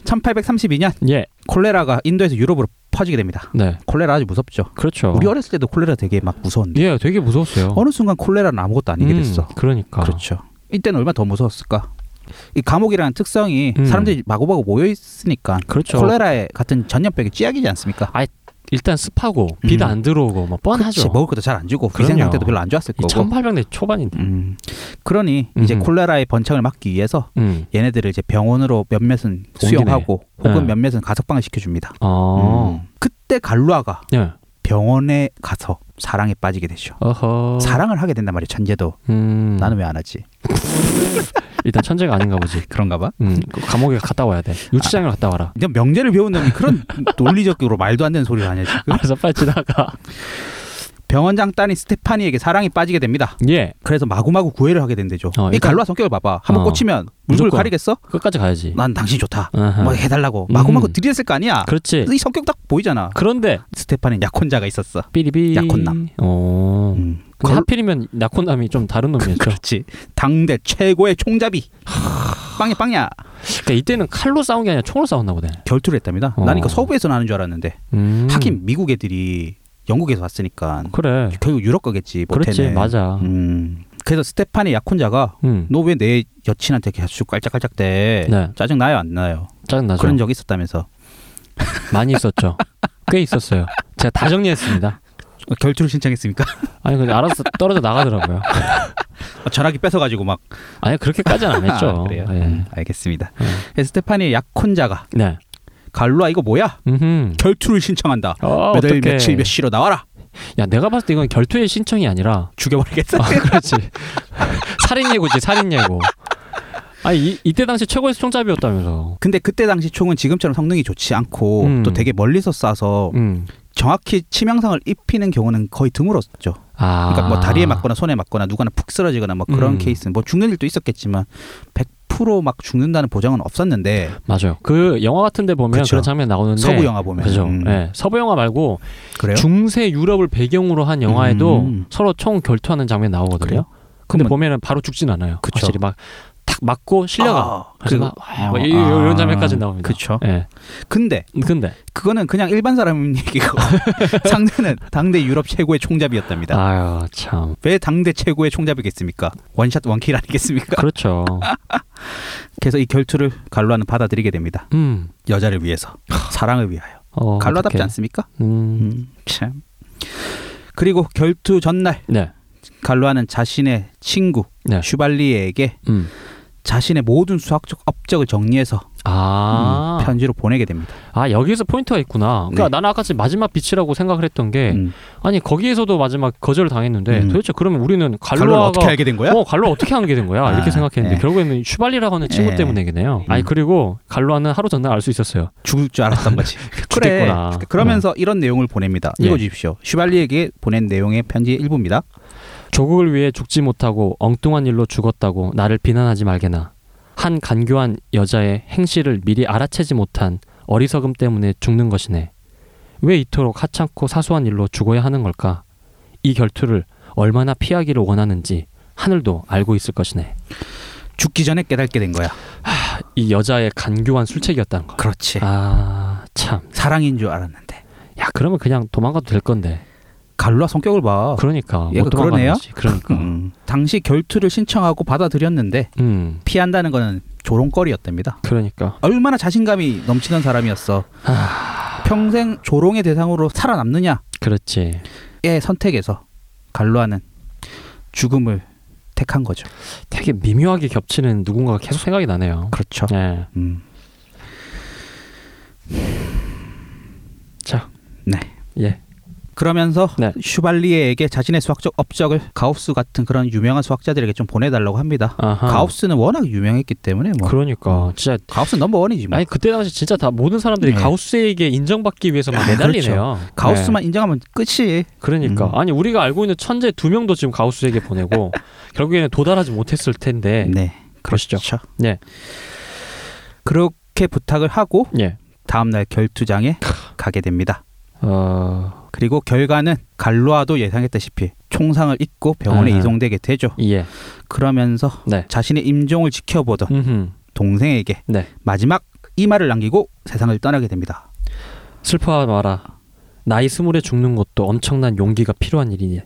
1832년
예,
콜레라가 인도에서 유럽으로 퍼지게 됩니다
네,
콜레라 아주 무섭죠
그렇죠.
우리 어렸을 때도 콜레라 되게 막 무서웠는데
예, 되게 무서웠어요.
어느 순간 콜레라는 아무것도 아니게
음,
됐어
그러니까.
그렇죠 이때는 얼마나 더 무서웠을까 이 감옥이라는 특성이
음.
사람들이 마구마구 모여 있으니까
그렇죠.
콜레라에 같은 전염병이 찌약이지 않습니까
아, 일단 습하고 비도
음.
안 들어오고 뭐 뻔하죠.
그치, 먹을 것도 잘 안 주고
그럼요.
위생 상태도 별로 안 좋았을
이
거고
1800년 초반인데.
음. 그러니 이제
음흠.
콜레라의 번창을 막기 위해서
음.
얘네들을 이제 병원으로 몇몇은 수용하고
네.
혹은 몇몇은 가석방을 시켜줍니다.
어.
음. 그때 갈루아가
예.
병원에 가서 사랑에 빠지게 되죠.
어허.
사랑을 하게 된단 말이에요. 천재도
음.
나는 왜 안 하지?
일단 천재가 아닌가 보지.
그런가 봐.
음. 그 감옥에 갔다 와야 돼. 유치장에 갔다 와라.
근데 명제를 배운
<laughs>
놈이 그런 논리적으로 말도 안 되는 소리를 하냐 지금. 그
알아서 빨리 지나가.
병원장 딸인 스테파니에게 사랑에 빠지게 됩니다.
<laughs> 예.
그래서 마구마구 구애를 하게 된대죠.
어,
이
일단-
갈루아 성격을 봐봐. 한번
어.
꽂히면 물불
무조건.
가리겠어?
끝까지 가야지.
난 당신 좋다.
아하.
뭐 해달라고 마구마구
음.
들이댔을 거 아니야.
그렇지.
이 성격 딱 보이잖아.
그런데
스테파니 약혼자가 있었어.
삐리비.
약혼남.
어.
음.
근데 하필이면 낙혼남이 좀 다른 놈이었죠.
그렇지. 당대 최고의 총잡이. 빵야 빵야.
그러니까 이때는 칼로 싸운 게 아니라 총으로 싸웠나 보네.
결투를 했답니다.
어.
나니까 서부에서 나는 줄 알았는데
음.
하긴 미국 애들이 영국에서 왔으니까
그래.
결국 유럽 거겠지.
그렇지.
못해는.
맞아. 음.
음. 그래서 스테파니 약혼자가 너 왜 내 여친한테 계속 깔짝깔짝대?
네.
짜증 나요 안 나요?
짜증나죠.
그런 적이 있었다면서
많이 있었죠. 꽤 있었어요. 제가 다 정리했습니다.
어, 결투를 신청했습니까? <laughs>
아니 근데 알아서 떨어져 나가더라고요.
전화기 뺏어가지고 막
아니 그렇게까지는 안 했죠.
아, 그래요.
예.
음, 알겠습니다. 그래서 스테파니 약혼자가
네.
갈루아 이거 뭐야?
음.
결투를 신청한다.
어,
몇월
어떡해.
며칠 몇 시로 나와라.
야 내가 봤을 때 이건 결투의 신청이
<laughs>
아니라
죽여버리겠어.
아, 그렇지 <laughs> 살인 예고지 살인 예고. 아니 이, 이때 당시 최고의 총잡이였다면서.
근데 그때 당시 총은 지금처럼 성능이 좋지 않고
음.
또 되게 멀리서 쏴서
음.
정확히 치명상을 입히는 경우는 거의 드물었죠.
아.
그러니까 뭐 다리에 맞거나 손에 맞거나 누구나 푹 쓰러지거나 뭐 그런
음.
케이스는 뭐 죽는 일도 있었겠지만 100%막 죽는다는 보장은 없었는데
맞아요. 그 영화 같은데 보면
그쵸.
그런 장면 나오는데
서구 영화 보면
그죠.
음.
예, 서부 영화 말고
그래요?
중세 유럽을 배경으로 한 영화에도
음.
서로 총 결투하는 장면 나오거든요.
그래요?
근데
그러면-
보면은 바로 죽진 않아요.
그쵸.
확실히 막 탁 맞고 실려가.
아,
그래서
그리고
막, 뭐 이- 이런 장면까지 나옵니다.
그렇죠.
예.
근데
근데
그거는 그냥 일반
<laughs>
사람 <laughs> 얘기고 상대는 당대 유럽 최고의 총잡이였답니다.
아유 참
왜 당대 최고의 총잡이겠습니까? 원샷 원킬 아니겠습니까? <laughs>
그렇죠.
그래서 이 결투를 갈로아는 받아들이게 됩니다.
음.
여자를 위해서, 사랑을 위하여.
어,
<laughs> 갈로아답지
어떡해.
않습니까?
음.
음, 참. 그리고 결투 전날
네.
갈로아는 자신의 친구
네.
슈발리에에게
음.
자신의 모든 수학적 업적을 정리해서
아.
음, 편지로 보내게 됩니다.
아 여기에서 포인트가 있구나. 그러니까
네.
나는 아까 지 마지막 빛이라고 생각을 했던 게
음.
아니 거기에서도 마지막 거절을 당했는데
음.
도대체 그러면 우리는
갈로아를
갈로아가
어떻게 알게 된 거야?
어, 갈로아 어떻게 하게 된 거야?
아,
이렇게 생각했는데
예.
결국에는 슈발리라고 하는 친구
예.
때문이겠네요. 아니
음.
그리고 갈로아는 하루 전날 알 수 있었어요.
죽을 줄
<laughs>
알았던 거지.
죽겠구나. 음.
그러면서 이런 내용을 보냅니다.
예.
읽어주십시오. 슈발리에게 보낸 내용의 편지의 일부입니다.
조국을 위해 죽지 못하고 엉뚱한 일로 죽었다고 나를 비난하지 말게나. 한 간교한 여자의 행실을 미리 알아채지 못한 어리석음 때문에 죽는 것이네. 왜 이토록 하찮고 사소한 일로 죽어야 하는 걸까? 이 결투를 얼마나 피하기를 원하는지 하늘도 알고 있을 것이네.
죽기 전에 깨닫게 된 거야.
이 여자의 간교한 술책이었다는 거.
그렇지.
아 참.
사랑인 줄 알았는데.
야 그러면 그냥 도망가도 될 건데.
갈로아 성격을 봐.
그러니까
어. 얘가
못 도망가는
그러네요?
거지. 그러니까. 음.
음. 당시 결투를 신청하고 받아들였는데 피한다는 거는 조롱거리였답니다.
그러니까.
얼마나 자신감이 넘치는 사람이었어.
아.
평생 조롱의 대상으로 살아남느냐의
그렇지.
선택에서 갈로아는 죽음을 택한 거죠.
되게 미묘하게 겹치는 누군가가 계속 생각이 나네요.
그렇죠.
예.
음.
자.
네.
예.
그러면서
네.
슈발리에에게 자신의 수학적 업적을 가우스 같은 그런 유명한 수학자들에게 좀 보내달라고 합니다.
아하.
가우스는 워낙 유명했기 때문에 뭐
그러니까 진짜
가우스 넘버 원이지 뭐.
아니 그때 당시 진짜 다 모든 사람들이
네.
가우스에게 인정받기 위해서 막
아,
매달리네요.
가우스만
네.
인정하면 끝이.
그러니까
음.
아니 우리가 알고 있는 천재 두 명도 지금 가우스에게
<laughs>
보내고 결국에는 도달하지 못했을 텐데. 그러시죠. 네.
네. 그렇죠. 그렇게 부탁을 하고
예.
다음 날 결투장에 가게 됩니다.
어.
그리고 결과는 갈로아도 예상했다시피 총상을 입고 병원에
아하.
이송되게 되죠.
예.
그러면서
음. 네.
자신의 임종을 지켜보던
음.
동생에게
네.
마지막 이 말을 남기고 세상을 떠나게 됩니다.
슬퍼하지 마라. 나이 스물에 죽는 것도 엄청난 용기가 필요한 일이니.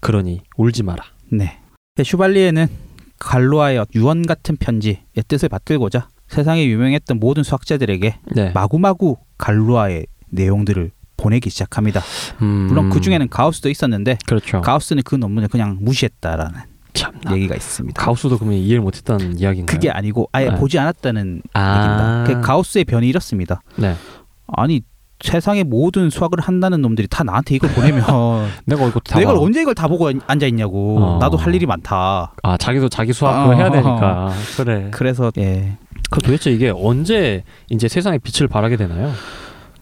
그러니 울지 마라.
네. 슈발리에는 갈로아의 유언 같은 편지의 뜻을 받들고자 세상에 유명했던 모든 수학자들에게
네.
마구마구 갈로아의 내용들을 보내기 시작합니다.
음.
물론 그 중에는 가우스도 있었는데
그렇죠.
가우스는 예. 그 논문을 그냥 무시했다라는
참나.
얘기가 있습니다.
아, 가우스도 그러면 이해를 못했다는 이야기인가요?
그게 아니고 아예
네.
보지 않았다는
아.
얘기입니다. 그 가우스의 변이 이렇습니다.
네.
아니 세상의 모든 수학을 한다는 놈들이 다 나한테 이걸 보내면
내가 이거 <laughs> 다
내가
봐.
언제 이걸 다 보고 앉아 있냐고.
어.
나도 할 일이 많다.
아 자기도 자기 수학 그거 해야
어.
되니까 그래.
그래서 예.
그 도대체 이게 언제 이제 세상에 빛을 발하게 되나요?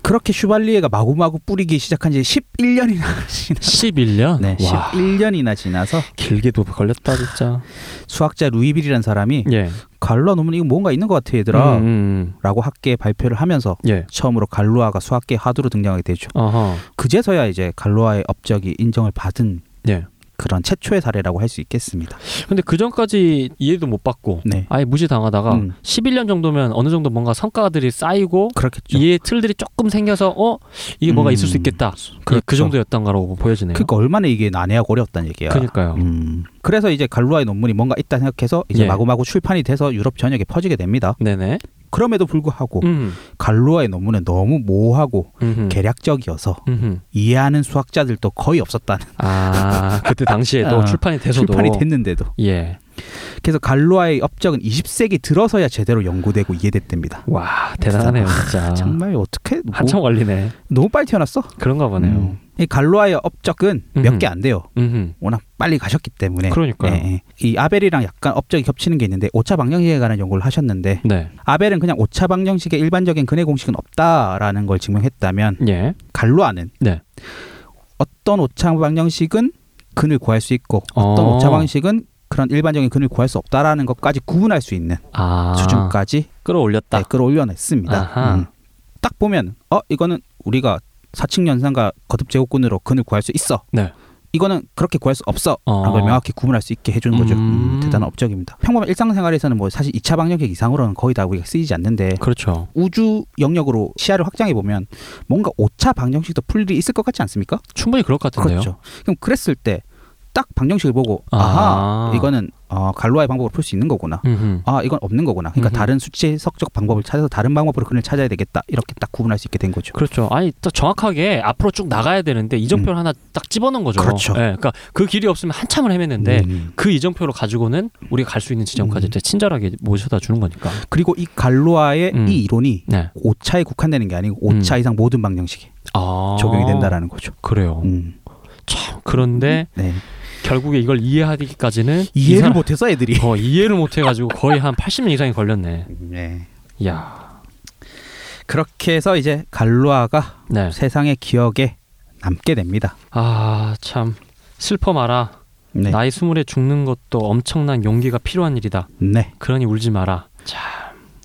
그렇게 슈발리에가 마구마구 뿌리기 시작한 지 11년이나 <laughs> 지나
11년.
네,
와
11년이나 지나서
길게도 걸렸다 진짜.
수학자 루이빌이라는 사람이
예.
갈로아 논문 이거 뭔가 있는 것 같아 얘들아
음, 음,
라고 학계에 발표를 하면서
음. 예.
처음으로 갈로아가 수학계 하두로 등장하게 되죠.
어허.
그제서야 이제 갈로아의 업적이 인정을 받은
예.
그런 최초의 사례라고 할 수 있겠습니다.
근데 그 전까지 이해도 못 받고
네.
아예 무시당하다가
음.
11년 정도면 어느 정도 뭔가 성과들이 쌓이고
그렇겠죠.
이해 틀들이 조금 생겨서 어 이게 뭐가 있을 수
음,
있겠다. 그,
그렇죠.
그 정도였던가라고 보여지네요.
그러니까 얼마나 이게 난해하고 어려웠다는 얘기야.
그러니까요.
음. 그래서 이제 갈루아의 논문이 뭔가 있다 생각해서 이제
예.
마구마구 출판이 돼서 유럽 전역에 퍼지게 됩니다.
네네.
그럼에도 불구하고
음.
갈루아의 논문은 너무 모호하고
음흠.
계략적이어서
음흠.
이해하는 수학자들도 거의 없었다는 <laughs>
아 그때 당시에 또
아,
출판이 돼서도
출판이 됐는데도
예.
그래서 갈루아의 업적은 20세기 들어서야 제대로 연구되고 이해됐답니다.
와 대단하네요 진짜.
<laughs> 정말 어떻게 뭐,
아. 한참 걸리네.
너무 빨리 태어났어?
그런가 보네요.
음. 이 갈루아의 업적은 몇
음흠.
개 안 돼요.
음.
워낙 빨리 가셨기 때문에.
그러니까요.
예, 예. 이 아벨이랑 약간 업적이 겹치는 게 있는데 오차 방정식에 관한 연구를 하셨는데
네.
아벨은 그냥 오차 방정식의 일반적인 근해 공식은 없다라는 걸 증명했다면
예.
갈루아는
네.
어떤 오차 방정식은 근을 구할 수 있고 어떤
어.
오차 방식은 그런 일반적인 근을 구할 수 없다라는 것까지 구분할 수 있는
아,
수준까지
끌어올렸다.
네, 끌어올려냈습니다.
아하.
음. 딱 보면 어 이거는 우리가 사칙 연산과 거듭 제곱근으로 근을 구할 수 있어.
네.
이거는 그렇게 구할 수 없어.
어.
라고 명확히 구분할 수 있게 해주는 거죠.
음.
음, 대단한 업적입니다. 평범한 일상생활에서는 뭐 사실 2차 방정식 이상으로는 거의 다 우리가 쓰이지 않는데
그렇죠.
우주 영역으로 시야를 확장해 보면 뭔가 5차 방정식도 풀 일이 있을 것 같지 않습니까?
충분히 그럴 것 같은데요.
그렇죠. 그럼 그랬을 때 딱 방정식을 보고
아.
아하 이거는 어, 갈로아의 방법으로 풀 수 있는 거구나.
음흠.
아 이건 없는 거구나. 그러니까
음흠.
다른 수치석적 방법을 찾아서 다른 방법으로 그걸 찾아야 되겠다. 이렇게 딱 구분할 수 있게 된 거죠.
그렇죠. 아니, 딱 정확하게 앞으로 쭉 나가야 되는데 이정표를 하나 딱 집어넣은 거죠.
음. 그렇죠.
예, 그러니까 그 길이 없으면 한참을 헤맸는데
음.
그 이정표로 가지고는 우리가 갈 수 있는 지점까지
음.
이제 친절하게 모셔다 주는 거니까.
그리고 이 갈로아의
음.
이 이론이
네.
5차에 국한되는 게 아니고 5차 이상 모든 방정식에
아, 어.
적용이 된다라는 거죠.
그래요.
음.
참 그런데
네.
결국에 이걸 이해하기까지는 이
이해를
사람-
못해서 애들이.
어, 이해를 못 해가지고 거의 한 80년 이상이 <laughs> 걸렸네.
네.
야,
그렇게 해서 이제 갈로아가
네.
세상의 기억에 남게 됩니다.
아, 참 슬퍼 마라.
네.
나이 스물에 죽는 것도 엄청난 용기가 필요한 일이다.
네.
그러니 울지 마라. 참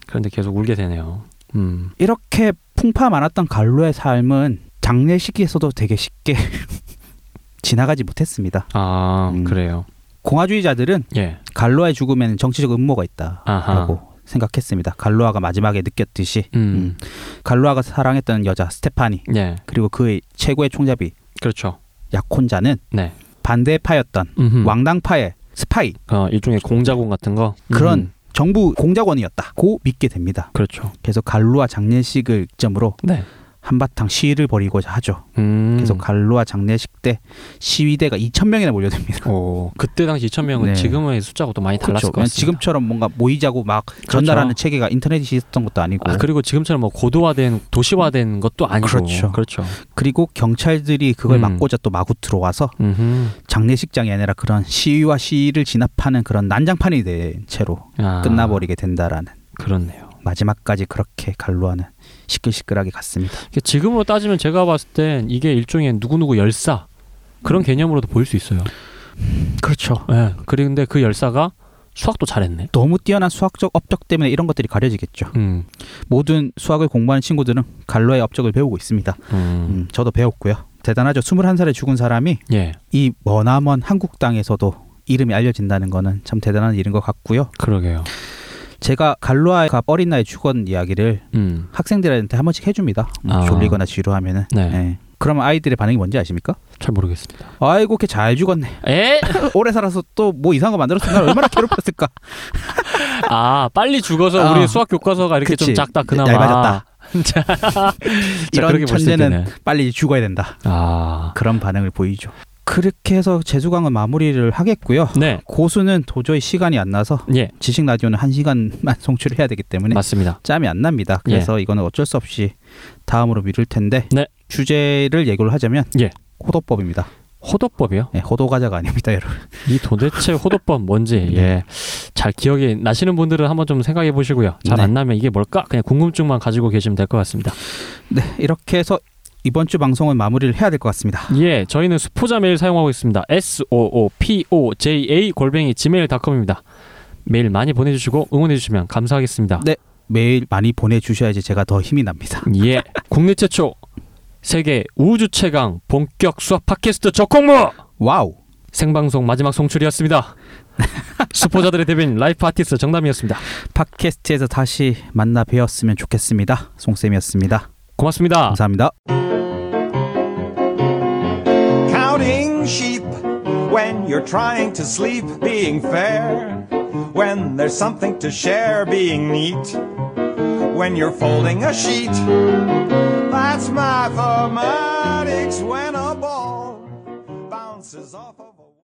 그런데 계속 울게 되네요. 음,
이렇게 풍파 많았던 갈로의 삶은 장례 시기에서도 되게 쉽게 <laughs> 지나가지 못했습니다.
아
음.
그래요.
공화주의자들은
예,
갈로아의 죽음에는 정치적 음모가
아하.
있다라고 생각했습니다. 갈로아가 마지막에 느꼈듯이
음,
갈로아가 사랑했던 여자 스테파니
예,
그리고 그의 최고의 총잡이
그렇죠.
약혼자는
네,
반대파였던
음흠.
왕당파의 스파이
어, 일종의 공자공 같은 거
그런
음,
정부 공작원이었다고 믿게 됩니다.
그렇죠.
그래서 갈로아 장례식을 기점으로
네,
한바탕 시위를 벌이고자 하죠.
음,
그래서 갈로아 장례식 때 시위대가 2천 명이나 몰려듭니다.
오, 그때 당시 2천 명은
네.
지금의 숫자하고 또 많이 어, 달랐을
그렇죠.
것 같습니다. 그렇죠.
지금처럼 뭔가 모이자고 막 전달하는 체계가 인터넷이 있었던 것도 아니고
아, 그리고 지금처럼 뭐 고도화된 도시화된 것도 아니고
그렇죠.
그렇죠.
그리고 경찰들이 그걸
음.
막고자 또 마구 들어와서
음흠.
장례식장이 아니라 그런 시위와 시위를 진압하는 그런 난장판이 된 채로
아,
끝나버리게 된다라는
그렇네요.
마지막까지 그렇게 갈로아는 시끌시끌하게 갔습니다.
이게 지금으로 따지면 제가 봤을 땐 이게 일종의 누구누구 열사 그런 개념으로도 보일 수 있어요.
그렇죠.
예. 그런데 그 열사가 수학도 잘했네.
너무 뛰어난 수학적 업적 때문에 이런 것들이 가려지겠죠.
음.
모든 수학을 공부하는 친구들은 갈로아의 업적을 배우고 있습니다.
음.
음, 저도 배웠고요. 대단하죠. 21살에 죽은 사람이
예.
이 머나먼 한국 땅에서도 이름이 알려진다는 거는 참 대단한 일인 것 같고요.
그러게요.
제가 갈로아가 어린 나이 죽은 이야기를
음.
학생들한테 한 번씩 해줍니다. 뭐
아.
졸리거나 지루하면은.
네.
예. 그러면 아이들의 반응이 뭔지 아십니까?
잘 모르겠습니다.
아이고 걔 잘
<laughs>
죽었네.
에?
오래 살아서 또 뭐 이상한 거 만들었으면 날 얼마나 괴롭혔을까.
아, 빨리 죽어서
아.
우리 수학 교과서가 이렇게 좀
그치.
작다 그나마.
얇아졌다.
자, 자, 그렇게
이런
볼수
천재는
있겠네.
빨리 죽어야 된다.
아.
그런 반응을 보이죠. 그렇게 해서 재수강은 마무리를 하겠고요.
네.
고수는 도저히 시간이 안 나서
예.
지식 라디오는 한 시간만 <laughs> 송출을 해야 되기 때문에
맞습니다. 예.
짬이 안 납니다. 그래서 이거는 어쩔 수 없이 다음으로 미룰 텐데
네.
주제를 예고를 하자면
예.
호도법입니다.
호도법이요?
예, 호도 과자가 아닙니다, 여러분.
이 도대체 호도법 뭔지 예. 잘 기억이 나시는 분들은 한번 좀 생각해 보시고요. 잘 안
네.
나면 이게 뭘까? 그냥 궁금증만 가지고 계시면 될 것 같습니다.
네, 이렇게 해서 이번 주 방송은 마무리를 해야 될 것 같습니다.
예, 저희는 수포자 메일 사용하고 있습니다. s o o p o j a 골뱅이 gmail.com입니다. 메일 많이 보내주시고 응원해주시면 감사하겠습니다.
네. 매일 많이 보내주셔야지 제가 더 힘이 납니다.
예, 국내 최초 세계 우주 최강 본격 수학 팟캐스트 적공무
와우.
생방송 마지막 송출이었습니다. 수포자들의 대변인 라이프 아티스트 정남이었습니다.
팟캐스트에서 다시 만나 뵈었으면 좋겠습니다.
아.
송쌤이었습니다.
고맙습니다.
감사합니다.
counting sheep when you're trying to sleep being fair when there's something to share being neat when you're folding a sheet